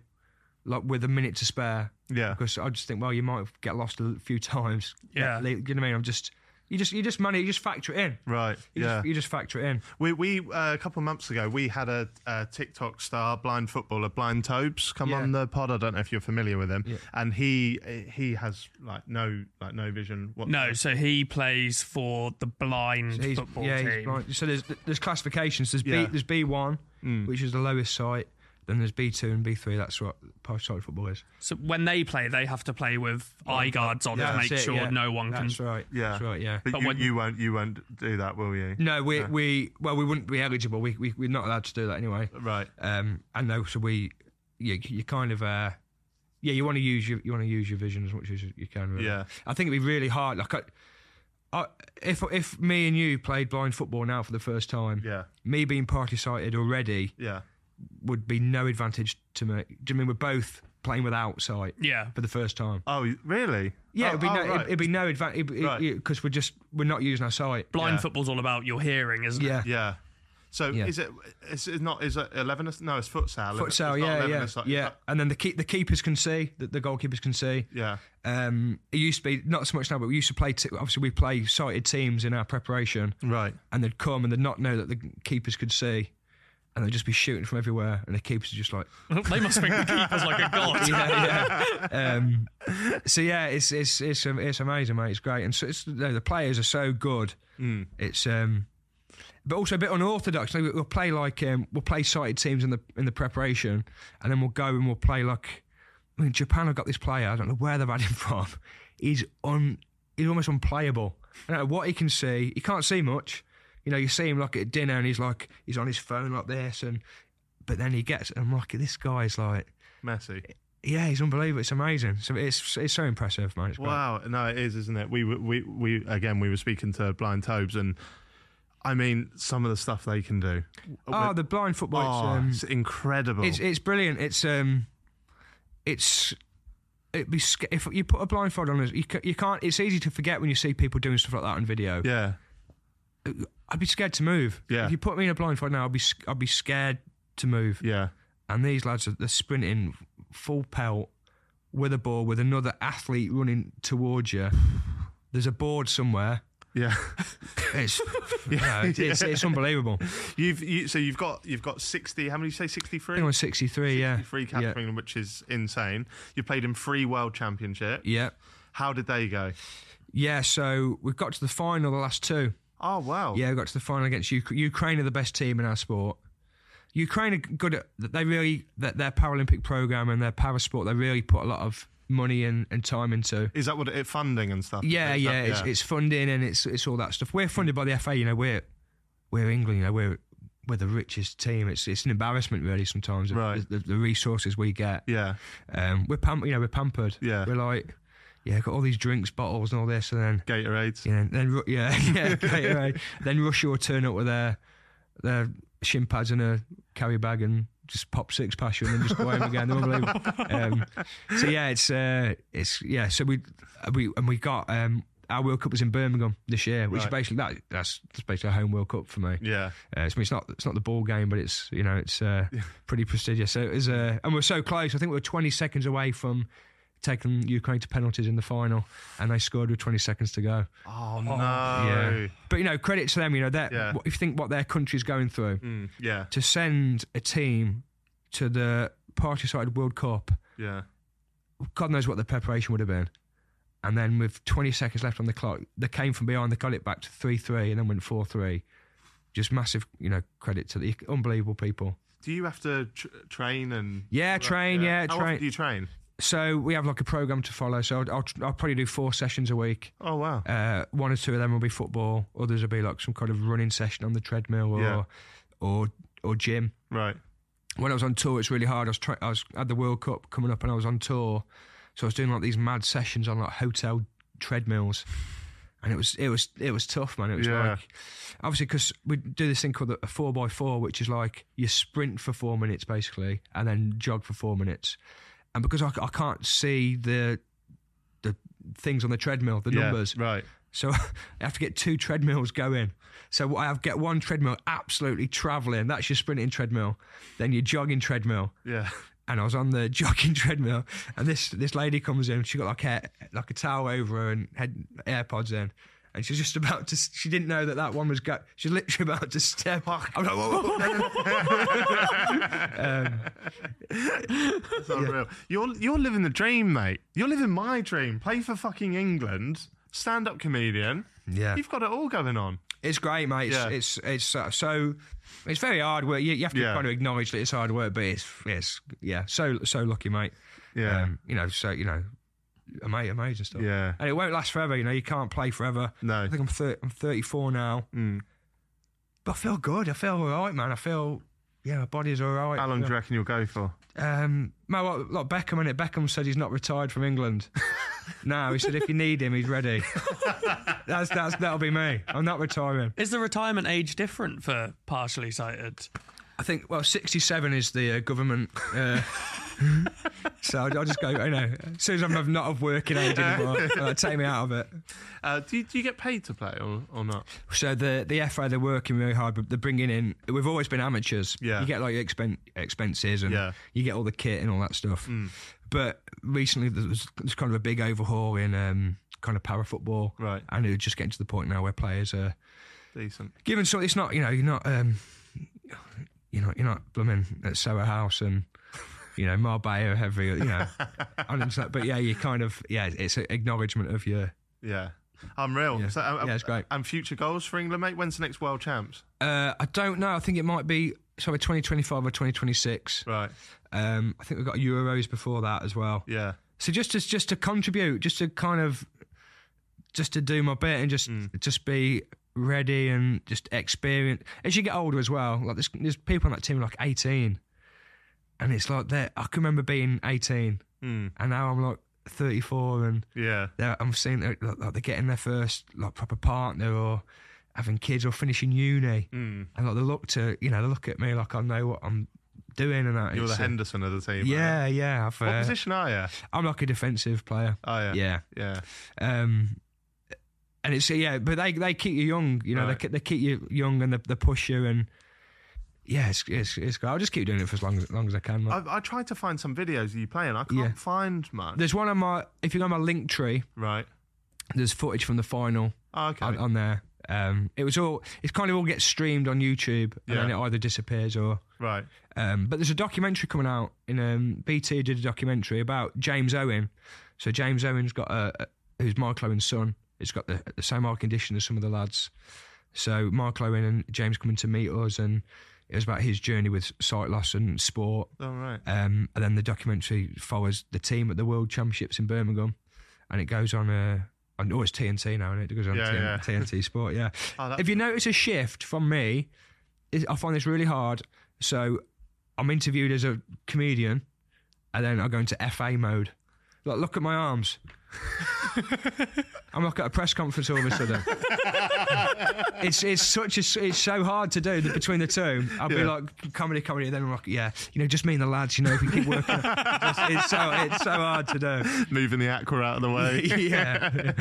like with a minute to spare. Yeah. Because I just think, well, you might get lost a few times. Yeah. Like, you know what I mean. I'm just You just you just money you just factor it in. Right. You, yeah. just, you just factor it in. We, we uh, a couple of months ago, we had a, a TikTok star, blind footballer, Blind Tobes, come Yeah. on the pod. I don't know if you're familiar with him, Yeah. and he he has like no like no vision. What No, so he plays for the blind So he's- football yeah, he's team. right. So there's there's classifications. There's Yeah. B there's B one, which is the lowest site. Then there's B two and B three. That's what post side football is. So when they play, they have to play with eye guards on to That's make it, sure yeah. no one can. That's right. Yeah. That's right. Yeah. But, But you, when- you won't you won't do that, will you? No, we we well we wouldn't be eligible. We, we we're not allowed to do that anyway. Right. Um, and no, so we you you kind of uh, yeah, you want to use your you want to use your vision as much as you can. Really. Yeah. I think it'd be really hard. Like, I, I, if if me and you played blind football now for the first time, Yeah. me being party sighted already Yeah. would be no advantage to me. Do you mean we're both playing without sight Yeah. for the first time? Oh, really? Yeah, Oh, it'd, be oh, no, right. it'd, it'd be no advantage because Right. we're just we're not using our sight. Blind Yeah. football's all about your hearing, isn't Yeah. it? Yeah. So Yeah. is it? Is it not? Is it eleven? as- No, it's futsal. isn't it? Futsal, It's not yeah, 11 yeah, aside. yeah. And then the keep, the keepers can see, the, the goalkeepers can see. Yeah. Um, it used to be not so much now, but we used to play. T- obviously, we play sighted teams in our preparation, Right. and they'd come and they'd not know that the keepers could see, and they'd just be shooting from everywhere, and the keepers are just like, they must think the keeper's like a god. yeah, yeah. Um, so yeah, it's it's it's um, it's amazing, mate. It's great, and so it's you know, the players are so good. It's um, but also a bit unorthodox. Like, we'll play like um, we'll play sighted teams in the in the preparation, and then we'll go and we'll play like. I mean, Japan have got this player. I don't know where they've had him from. He's un, he's almost unplayable. I don't know what he can see. He can't see much. You know, you see him like at dinner, and he's like he's on his phone like this, and but then he gets. And I'm like, this guy's like Messi. yeah, he's unbelievable. It's amazing. So it's it's so impressive, man. It's great. Wow, no, it is, isn't it? We were- we we again, we were speaking to Blind Tobes, and I mean, some of the stuff they can do. Oh, the blind Oh, football. it's, it's um, incredible. it's it's brilliant. It's um, it's it'd be sc- if you put a blindfold on, you ca- you can't. It's easy to forget when you see people doing stuff like that on video. yeah, I'd be scared to move. Yeah. If you put me in a blindfold now, I'd be sc- I'd be scared to move. yeah, And these lads are they're sprinting full pelt with a ball with another athlete running towards you. There's a board somewhere. yeah. It's yeah, it's, it's, it's unbelievable. you've you, so you've got you've got sixty. How many? Did you say sixty I think it three. was 63, yeah. Free caps yeah. for England, which is insane. You played in three World Championship. Yeah. How did they go? Yeah, so we've got to the final the last two. Oh wow. Yeah, we got to the final against Ukraine. Ukraine are the best team in our sport. Ukraine are good at they really that their Paralympic program and their para sport, they really put a lot of money and, and time into. Is that what it funding and stuff? Yeah, Is yeah, that- it's, it's funding and it's it's all that stuff. We're funded by the FA, you know. We're we're England, you know. We're we're the richest team. It's it's an embarrassment really sometimes. the- Right. The, the resources we get. yeah, Um, we're pam- you know, we're pampered. Yeah. We're like, yeah, got all these drinks bottles and all this, and then Gatorades. you know, then Ru- yeah, yeah, okay, right. then Russia will turn up with their their shin pads and a carry bag and just pop six past you and then just go home again. They're unbelievable. Um, so yeah, it's uh, it's yeah. So we we and we got um, our World Cup was in Birmingham this year, which is Right. basically that that's, that's basically a home World Cup for me. Yeah, Uh, it's, I mean, it's not it's not the ball game, but it's you know it's uh, pretty prestigious. So it was, uh, and we're so close. I think we were 20 seconds away from taking Ukraine to penalties in the final, and they scored with 20 seconds to go. Oh no. Yeah, but you know, credit to them. You know, that Yeah. if you think what their country's going through Mm, yeah, to send a team to the party-sided World Cup, yeah, God knows what the preparation would have been. And then with 20 seconds left on the clock, they came from behind. They got it back to three-three, and then went four-three. Just massive, you know, credit to the unbelievable people. Do you have to tr- train and? Yeah, train. Yeah, How train. often do you train? so we have like a program to follow. So I'll, I'll, tr- I'll probably do four sessions a week. Oh wow. Uh, one or two of them will be football. Others will be like some kind of running session on the treadmill or Yeah. or or gym. Right. When I was on tour, it's really hard. I was try- I was at the World Cup coming up, and I was on tour, so I was doing like these mad sessions on like hotel treadmills, and it was it was it was tough, man. It was Yeah. like obviously because we do this thing called the- a four by four, which is like you sprint for four minutes basically, and then jog for four minutes. And because I, c- I can't see the the things on the treadmill, the numbers, Yeah, right. so I have to get two treadmills going. So I have get one treadmill absolutely travelling. That's your sprinting treadmill, then your jogging treadmill. Yeah. And I was on the jogging treadmill, and this this lady comes in. She got like a like a towel over her and had AirPods in, and she's just about to. She didn't know that that one was go. She's literally about to step. Fuck. I'm like, whoa, whoa, whoa. It's unreal. You're you're living the dream, mate. You're living my dream. Play for fucking England. Stand up comedian. Yeah. You've got it all going on. It's great, mate. It's Yeah. it's, it's uh, so it's very hard work. You, you have to Yeah. kind of acknowledge that it's hard work, but it's it's yeah, so so lucky, mate. Yeah. Um, you know, so you know, amazing, amazing stuff. Yeah. and it won't last forever. You know, you can't play forever. No. Mm. I think I'm thir- I'm 34 now, but I feel good. I feel all right, man. I feel yeah, my body's all right. How long do you reckon you'll go for? Um, man, what, look, Beckham in it. Beckham said he's not retired from England. no, he said if you need him, he's ready. that's that's that'll be me. I'm not retiring. Is the retirement age different for partially sighted? I think well, sixty-seven is the uh, government. Uh, so I'll, I'll just go. I know. As soon as I'm of- not of working age anymore, uh, take me out of it. Uh, do, you, do you get paid to play or, or not? So the the FA they're working really hard, but they're bringing in. We've always been amateurs. Yeah. You get like your expen- expenses and Yeah. Mm. you get all the kit and all that stuff. But recently there was, there's kind of a big overhaul in um, kind of para football. Right. And it's just getting to the point now where players are. Decent. given so it's not you know you're not um you're not you're not blooming at Soho House and you know Marbella every you know I don't know, but yeah you kind of yeah it's an acknowledgement of your Yeah. Unreal. Yeah. So, uh, Yeah, it's great. And future goals for England, mate? When's the next World Champs? uh I don't know I think it might be sorry 2025 or 2026 Right. um I think we've got Euros before that as well Yeah. so just to just to contribute just to kind of just to do my bit and just just be ready and just experience as you get older as well like there's, there's people on that team like 18 and it's like that i can remember being 18 and now i'm like 34 and Yeah. they're, i'm seeing they're, like, like they're getting their first like proper partner or having kids or finishing uni Hmm. and like they look to you know they look at me like i know what i'm doing and that You're the It's, uh, Henderson of the team. aren't yeah yeah I've, you? What uh, position are you? i'm like a defensive player Oh, yeah. yeah Yeah. um, and it's yeah, but they they keep you young, you know. Right. They, ke- they keep you young and they, they push you and yeah, it's it's, it's great. I'll just keep doing it for as long as, long as I can. mate. I, I tried to find some videos of you playing. I can't Yeah. find much. There's one on my if you go on my link tree, right. there's footage from the final Oh, okay. on, on there. Um, it was all it's kind of all gets streamed on YouTube and then it Yeah. either disappears or. right. Um, but there's a documentary coming out in um, BT did a documentary about James Owen. So James Owen's got a, a who's Mark Owen's son. He's got the, the same eye condition as some of the lads. So Mark Owen and James coming to meet us, and it was about his journey with sight loss and sport. All right. Um, and then the documentary follows the team at the World Championships in Birmingham, and it goes on. Uh, I know it's TNT now, and it? it goes on Yeah, TN- yeah. TNT Sport. Yeah. Oh, that- if you notice a shift from me, is- I find this really hard. So I'm interviewed as a comedian, and then I go into FA mode. Like, look at my arms. I'm like at a press conference all of a sudden. it's it's such a it's so hard to do the, between the two. I'll be Yeah. like comedy, comedy, and then I'm like, yeah, you know, just me and the lads. You know, if we keep working, it's, it's so it's so hard to do. Moving the aqua out of the way. yeah,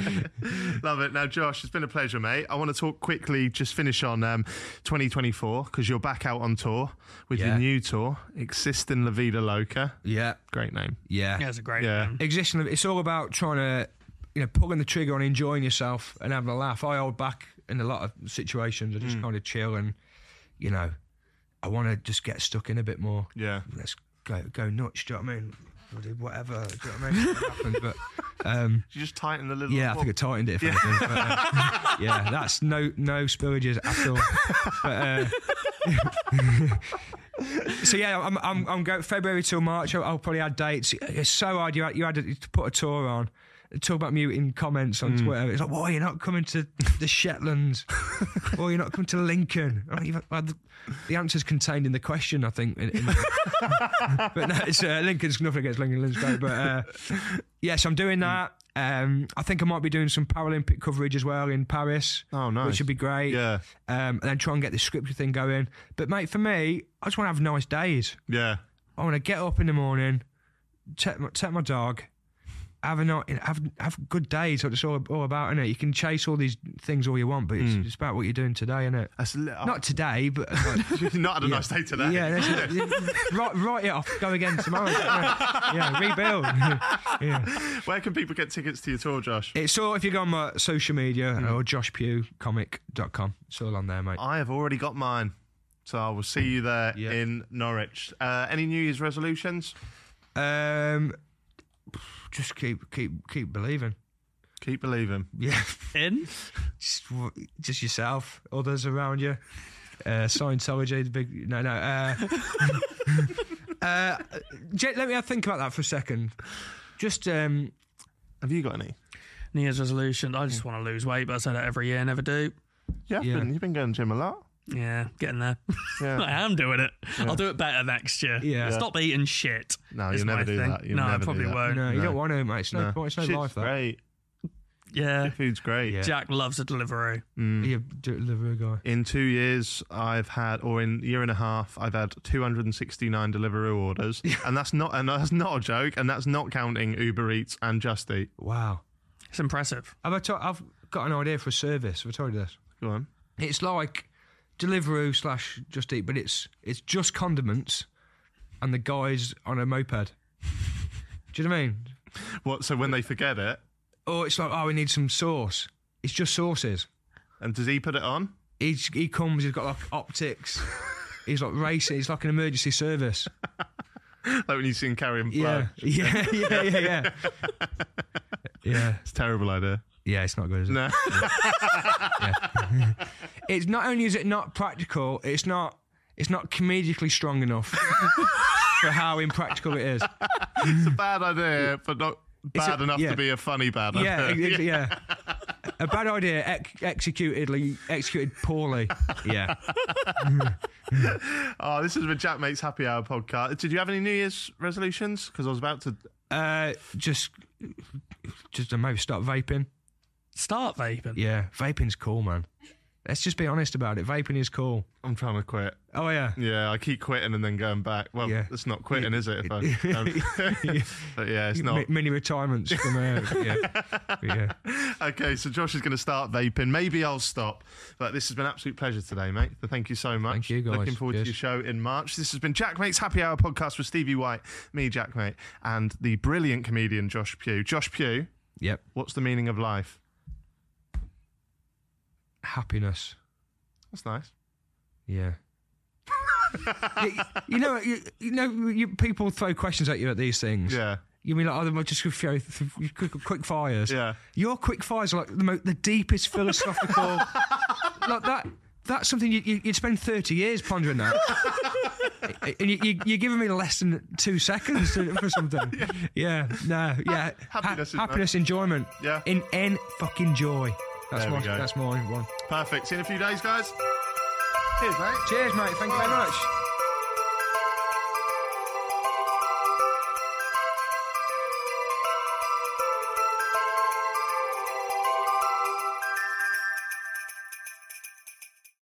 Love it. Now, Josh, it's been a pleasure, mate. I want to talk quickly, just finish on um, 2024, because you're back out on tour with Yeah. your new tour, Existing La Vida Loca. yeah, Great name. yeah. Yeah, it's a great Yeah. one. Existing, it's all about trying to, you know, pulling the trigger on enjoying yourself and having a laugh. I hold back in a lot of situations. I just kind of chill and, you know, I want to just get stuck in a bit more. Yeah. Let's go go nuts. Do you know what I mean? We'll do whatever. Do you know what I mean? It happened, but um, Did you just tighten the little. Yeah, I think I tightened it. If yeah. Anything, but, uh, yeah, that's no no spillages at all. But, uh, so yeah, I'm I'm I'm going February till March. I'll, I'll probably add dates. It's so hard. You had, you had to put a tour on. Talk about muting comments on Twitter. It's like, why are you not coming to the Shetlands? or you're not coming to Lincoln? I mean, you've had the, the answer's contained in the question, I think. in- in- but no, it's uh, Lincoln's nothing against Lincoln Lindsay, but uh, yes, I'm doing that. Um, I think I might be doing some Paralympic coverage as well in Paris. Oh, nice. Which would be great. Yeah. Um, and then try and get this scripted thing going. But mate, for me, I just want to have nice days. Yeah. I want to get up in the morning, take my, take my dog, have a night, have have good days. So it's all, all about, innit? You can chase all these things all you want, but it's, it's about what you're doing today, innit? That's li- Mm. oh, Oh. Not today, but like, not had a nice day today. Yeah, that's it. right, write it off. Go again tomorrow. yeah, yeah, rebuild. yeah. Where can people get tickets to your tour, Josh? It's all if you go on my social media or joshpewcomic.com. It's all on there, mate. I have already got mine, so I will see you there Yeah. in Norwich. Uh, any New Year's resolutions? Um, just keep keep keep believing. Keep believing. Yeah, In? just w- just yourself, others around you. Uh, Scientology, the big no no. Uh, uh, j- let me have a think about that for a second. Just um, Have you got any? New Year's resolution. I just want to lose weight, but I say that every year, never do. Yeah, I've Yeah. Been, you've been going to gym a lot. Yeah, getting there. I Yeah. am doing it. I'll do it better next year. Yeah. Stop eating shit. No, is you'll never my do thing. that. You'll no, never I do probably that. won't. Uh, no, you don't want to, mate. It's no, point. It's no Shit's life. That great. Yeah. Food's great. Yeah. Jack loves a delivery. Yeah, do it, delivery guy. In two years, I've had, or in a year and a half, I've had 269 Deliveroo orders, and that's not, and that's not a joke, and that's not counting Uber Eats and Just Eat. Wow. It's impressive. Have I to- I've got an idea for a service. Have I told you this? Go on. It's like Deliveroo slash Just Eat, but it's it's just condiments, and the guys on a moped. Do you know what I mean? What? So when they forget it, Or it's like, oh, we need some sauce. It's just sauces. and does he put it on? He's, he comes. He's got like optics. he's like racing. It's like an emergency service. Like when you see him carrying blood. Yeah, yeah, yeah, yeah, yeah. yeah, It's a terrible idea. yeah. It's not good, is it? No. It's not only is it not practical. It's not. It's not comedically strong enough for how impractical it is. it's a bad idea, but not It's bad a- enough yeah. to be a funny bad Yeah, idea. ex- ex- yeah. A bad idea ec- executed like, executed poorly. Yeah. Oh, this is the Jack Mates Happy Hour podcast. Did you have any New Year's resolutions? Because I was about to. Uh, just just uh, maybe stop vaping. Start vaping. Yeah, vaping's cool, man. Let's just be honest about it. Vaping is cool. I'm trying to quit. Oh yeah. Yeah, I keep quitting and then going back. Well, Yeah. it's not quitting, is it? If I, um, but yeah, it's Mi- not. mini retirements from uh, yeah. yeah. Okay, so Josh is going to start vaping. Maybe I'll stop. But this has been an absolute pleasure today, mate. So thank you so much. Thank you, guys. Looking forward Cheers. to your show in March. This has been Jack Mate's Happy Hour podcast with Stevie White, me, Jack Mate, and the brilliant comedian Josh Pugh. Josh Pugh, Yep. what's the meaning of life? Happiness. That's nice. Yeah. you, you know, you, you know, you, people throw questions at you at these things. Yeah. You mean like, oh, they're just throw th- quick, quick fires? Yeah. Your quick fires are like the, mo- the deepest philosophical. like that. That's something you, you, you'd spend 30 years pondering that. and you, you, you're giving me less than two seconds to, for something. Yeah. no, yeah. Ha- happiness is happiness enjoyment. Yeah. In, in fucking joy. That's There we my, go. that's my one. Perfect. See you in a few days, guys. Cheers, mate. Cheers, mate. Thank you very much.